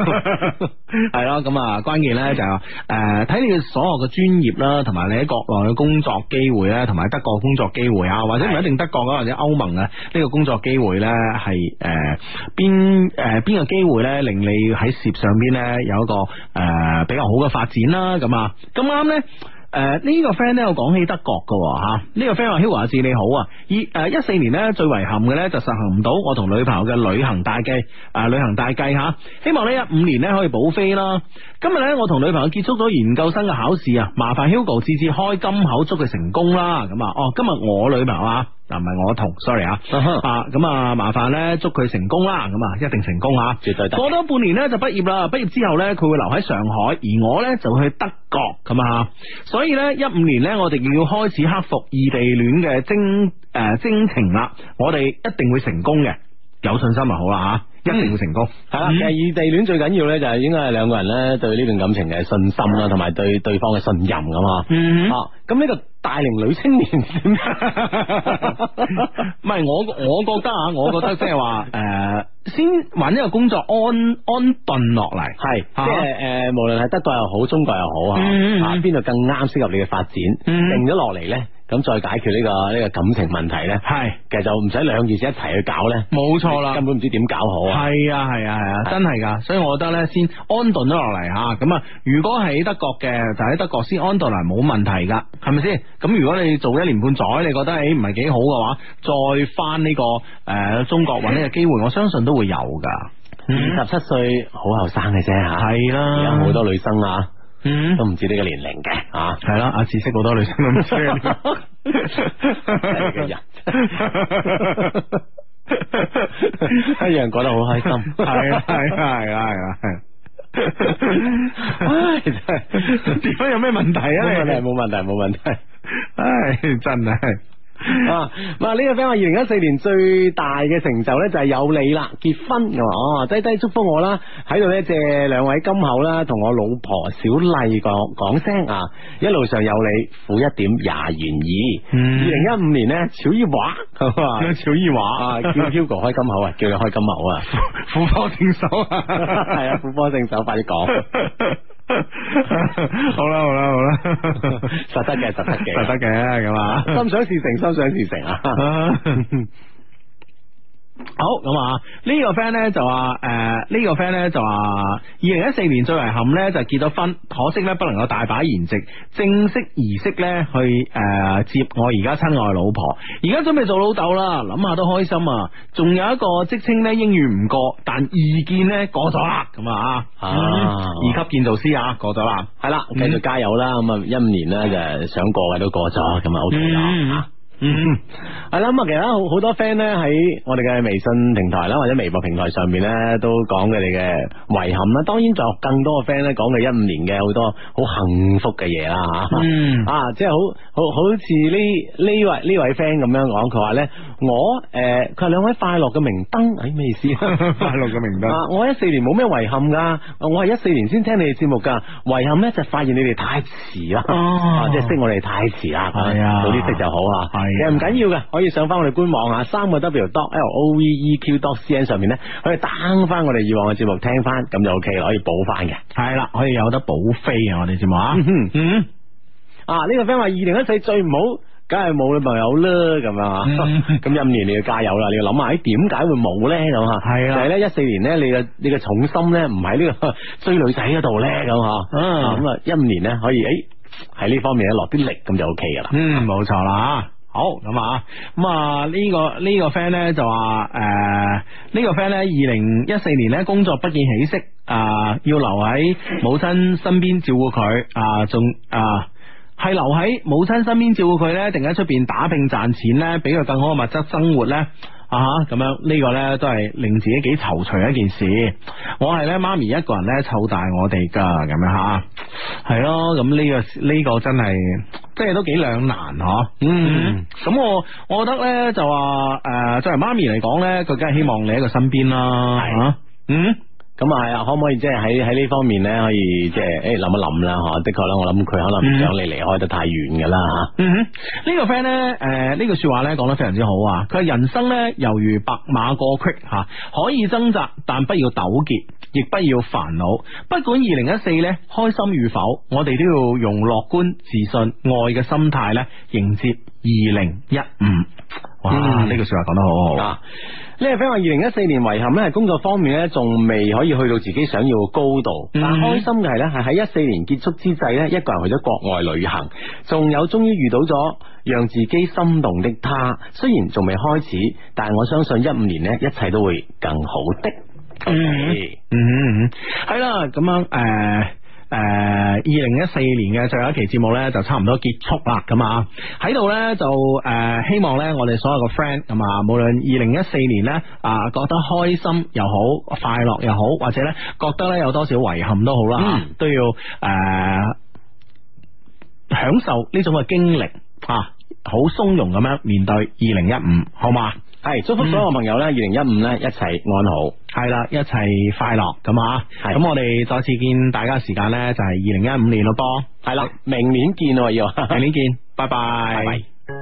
S1: 系咯，咁啊，關鍵咧就係話诶，睇、你嘅所有嘅專業啦，同埋你喺國內嘅工作機會啊咧，同埋德國嘅工作機會啊，或者唔一定德國啊，或者歐盟啊，呢個工作機會咧係诶邊诶边个机会咧，令你喺事業上邊咧有一個诶、呃比較好嘅發展啦，咁啊，咁啱咧。诶，呃呢、個 friend 咧，我講起德國嘅喎吓，呢、個 friend 話 Hugo 阿志你好啊，二诶一四年咧最遺憾嘅咧就實行唔到我同女朋友嘅旅行大計诶、呃旅行大計吓、希望呢一五年咧可以補飛啦。今日咧我同女朋友結束咗研究生嘅考試啊，麻煩 Hugo 次次開金口祝佢成功啦，咁啊，哦，今日我女朋友啊。嗱，唔係我同，sorry 啊，啊，咁啊，麻煩咧，祝佢成功啦，咁啊，一定成功啊，
S3: 絕對得
S1: 過多半年咧就畢業啦，畢業之後咧佢會留喺上海，而我咧就會去德國咁啊，所以咧一五年咧我哋要開始克服異地戀嘅征诶征程啦，我哋一定會成功嘅，有信心就好啦吓，一定會成功，
S3: 系啦，其實異地戀最緊要咧就係應該係兩個人咧對呢段感情嘅信心啦，同埋對對方嘅信任咁嘛。
S1: 嗯
S3: 啊，咁呢個大齡女青年點
S1: 唔係我我觉得啊，我覺得即係話诶，先揾一個工作安安頓落嚟，
S3: 系，即
S1: 啊
S3: 系诶，誒无论系德國又好，中國又好啊
S1: 嗯嗯嗯，
S3: 啊邊度更啱適合你嘅發展，
S1: 嗯
S3: 定咗落嚟咧，咁再解決呢個呢个感情問題咧，
S1: 係
S3: 其實就唔使兩件事一齊去搞咧，
S1: 冇錯啦
S3: 根。本唔知點搞好啊。
S1: 系啊系啊系啊，真系噶，所以我覺得咧先安頓咗落嚟吓，咁啊，如果喺德國嘅就喺德國先安頓嚟冇問題噶，係咪先？咁如果你做一年半載，你覺得诶唔係幾好嘅話，再翻呢、個个呃中國揾呢個機會，我相信都會有噶。
S3: 二十七歲好後生嘅啫吓，
S1: 嗯係啊啦
S3: 而家好多女生啊，
S1: 嗯
S3: 都唔知呢個年齡嘅啊。
S1: 系啦，阿志識好多女生都唔知呢個。
S3: 係嘅人一樣覺得好開心，
S1: 係啊係啊係啊係啊係啊。唉，真係點解有咩問題
S3: 冇
S1: 啊？
S3: 問題
S1: 你
S3: 冇問題冇問題。
S1: 唉，真係。
S3: 啊，嗱呢個 friend 話二零一四年最大嘅成就咧就係有你啦，結婚咁啊，哦，低低祝福我啦，喺度咧借兩位金口啦，同我老婆小麗講講聲啊，一路上有你，苦一點也願意。
S1: 嗯
S3: 二零一五年咧，小姨話咁 啊
S1: 小姨
S3: 啊，
S1: 话
S3: 叫 Hugo 開金口啊，叫你開金口啊，
S1: 虎科正手啊，
S3: 係啊，。虎科正手，快 啲講，
S1: 好啦好啦好啦，
S3: 實得嘅實得嘅
S1: 實得嘅咁啊。
S3: 心想事成，心想事成啊！
S1: 好咁啊！呢、個 friend 咧就話诶，呃呢、個 friend 咧就話二零一四年最遺憾咧就係結咗婚，可惜咧不能夠大擺筵席，正式儀式咧去诶、呃接我而家親愛老婆，而家準備做老豆啦，諗下都開心啊！仲有一個職稱咧英語唔過，但意見咧過咗啦，咁啊，嗯
S3: 啊
S1: 二級建造師啊過咗啦，
S3: 系啦，繼續加油啦！咁啊，一五年咧就想過嘅都過咗，咁啊 OK 啦。啊
S1: 嗯。
S3: 系啦，咁啊，其實好好多 friend 咧喺我哋嘅微信平台啦，或者微博平台上面咧，都講佢哋嘅遺憾啦。當然，仲有更多嘅 friend 咧講佢一五年嘅好多好幸福嘅嘢啦吓。
S1: 嗯
S3: 啊，即係好好好似呢呢位呢位 friend 咁樣講，佢話咧我诶，佢、話兩位快樂嘅明燈，诶、咩意思？
S1: 快樂嘅明燈
S3: 啊！我一四年冇咩遺憾噶，我係一四年先聽你哋節目噶，遺憾咧就發現你哋太遲啦。
S1: 哦
S3: 啊，即系识我哋太遲啦，
S1: 係啊
S3: 早啲識就好啊。
S1: 係啊
S3: 其實唔緊要嘅，可以上翻我哋官網啊，三個 W dot L O V E Q dot C N 上面咧，可以 down 翻我哋以往嘅節目聽翻，咁就 OK 啦，可以補翻嘅。
S1: 系啦，可以有得補飛啊！我哋節目啊，
S3: 哼
S1: 嗯，
S3: 啊，呢、個 friend 話二零一四最唔好。梗係冇女朋友啦，咁樣啊
S1: 嗯，
S3: 咁一五年你要加油啦，你要諗下，誒點解會冇咧咁啊？
S1: 係啊
S3: 就係咧一四年咧，你嘅你嘅重心咧唔喺呢個 追女仔嗰度咧咁啊，
S1: 嗯
S3: 啊咁啊一五年咧可以誒喺呢方面咧落啲力咁就 OK 噶啦。
S1: 嗯，冇錯啦。好咁啊，咁啊呢個呢、個 friend 咧就話诶，呃呢、個 friend 咧二零一四年咧工作不見起色啊、要留喺母親身邊照顧佢啊，仲啊。係留喺母親身邊照顧佢呢，定喺出邊打拼賺錢呢？俾佢更好嘅物質生活呢？啊哈咁樣呢、個呢，都係令自己幾躊躇一件事。我係呢媽咪一個人呢，湊大我哋噶，咁樣吓，係咯。咁呢、個呢、個真係，即係都幾兩難嗬。嗯，咁我我覺得呢，就話诶、呃作為媽咪嚟講呢，佢梗係希望你喺佢身邊啦。吓嗯。
S3: 咁啊，係啊可唔可以即係喺喺呢方面咧，可以即係哎诶諗一諗啦吓？的確啦，我諗佢可能唔想你離開得太遠噶啦吓。
S1: 嗯哼，呢、個 friend 咧，诶、呢句说話咧講得非常之好啊！佢話人生咧，猶如白馬過隙吓、可以掙扎，但不要糾結，亦不要煩惱。不管二零一四咧開心與否，我哋都要用樂觀、自信、愛嘅心態咧迎接二零一五。哇！呢、
S3: 嗯
S1: 句说話講得好好。
S3: 啊！呢個 friend 話：二零一四年遺憾咧，係工作方面咧，仲未可以去到自己想要嘅高度。
S1: 嗯
S3: 但開心嘅係咧，係喺一四年結束之際咧，一個人去咗國外旅行，仲有終於遇到咗讓自己心動的他。雖然仲未開始，但係我相信一五年咧，一切都會更好的。
S1: 嗯嗯嗯嗯，系啦，咁樣诶。诶，二零一四年嘅最後一期節目呢，就差唔多結束啦，咁啊，喺度呢，就诶、呃希望呢，我哋所有嘅 friend 咁啊，無論二零一四年呢，啊、覺得開心又好，快樂又好，或者呢覺得呢有多少遺憾都好啦，
S3: 嗯
S1: 都要诶、呃享受呢種嘅經歷啊，好鬆容咁樣面對二零一五，好嘛？
S3: 係祝福所有朋友咧，二零一五咧一切安好。
S1: 系啦，一齊快樂咁啊！
S3: 係
S1: 咁我哋再次見大家嘅時間呢， 就係二零一五年咯噃，
S3: 系啦，明年见咯要。
S1: 明年見，拜拜。
S3: 拜拜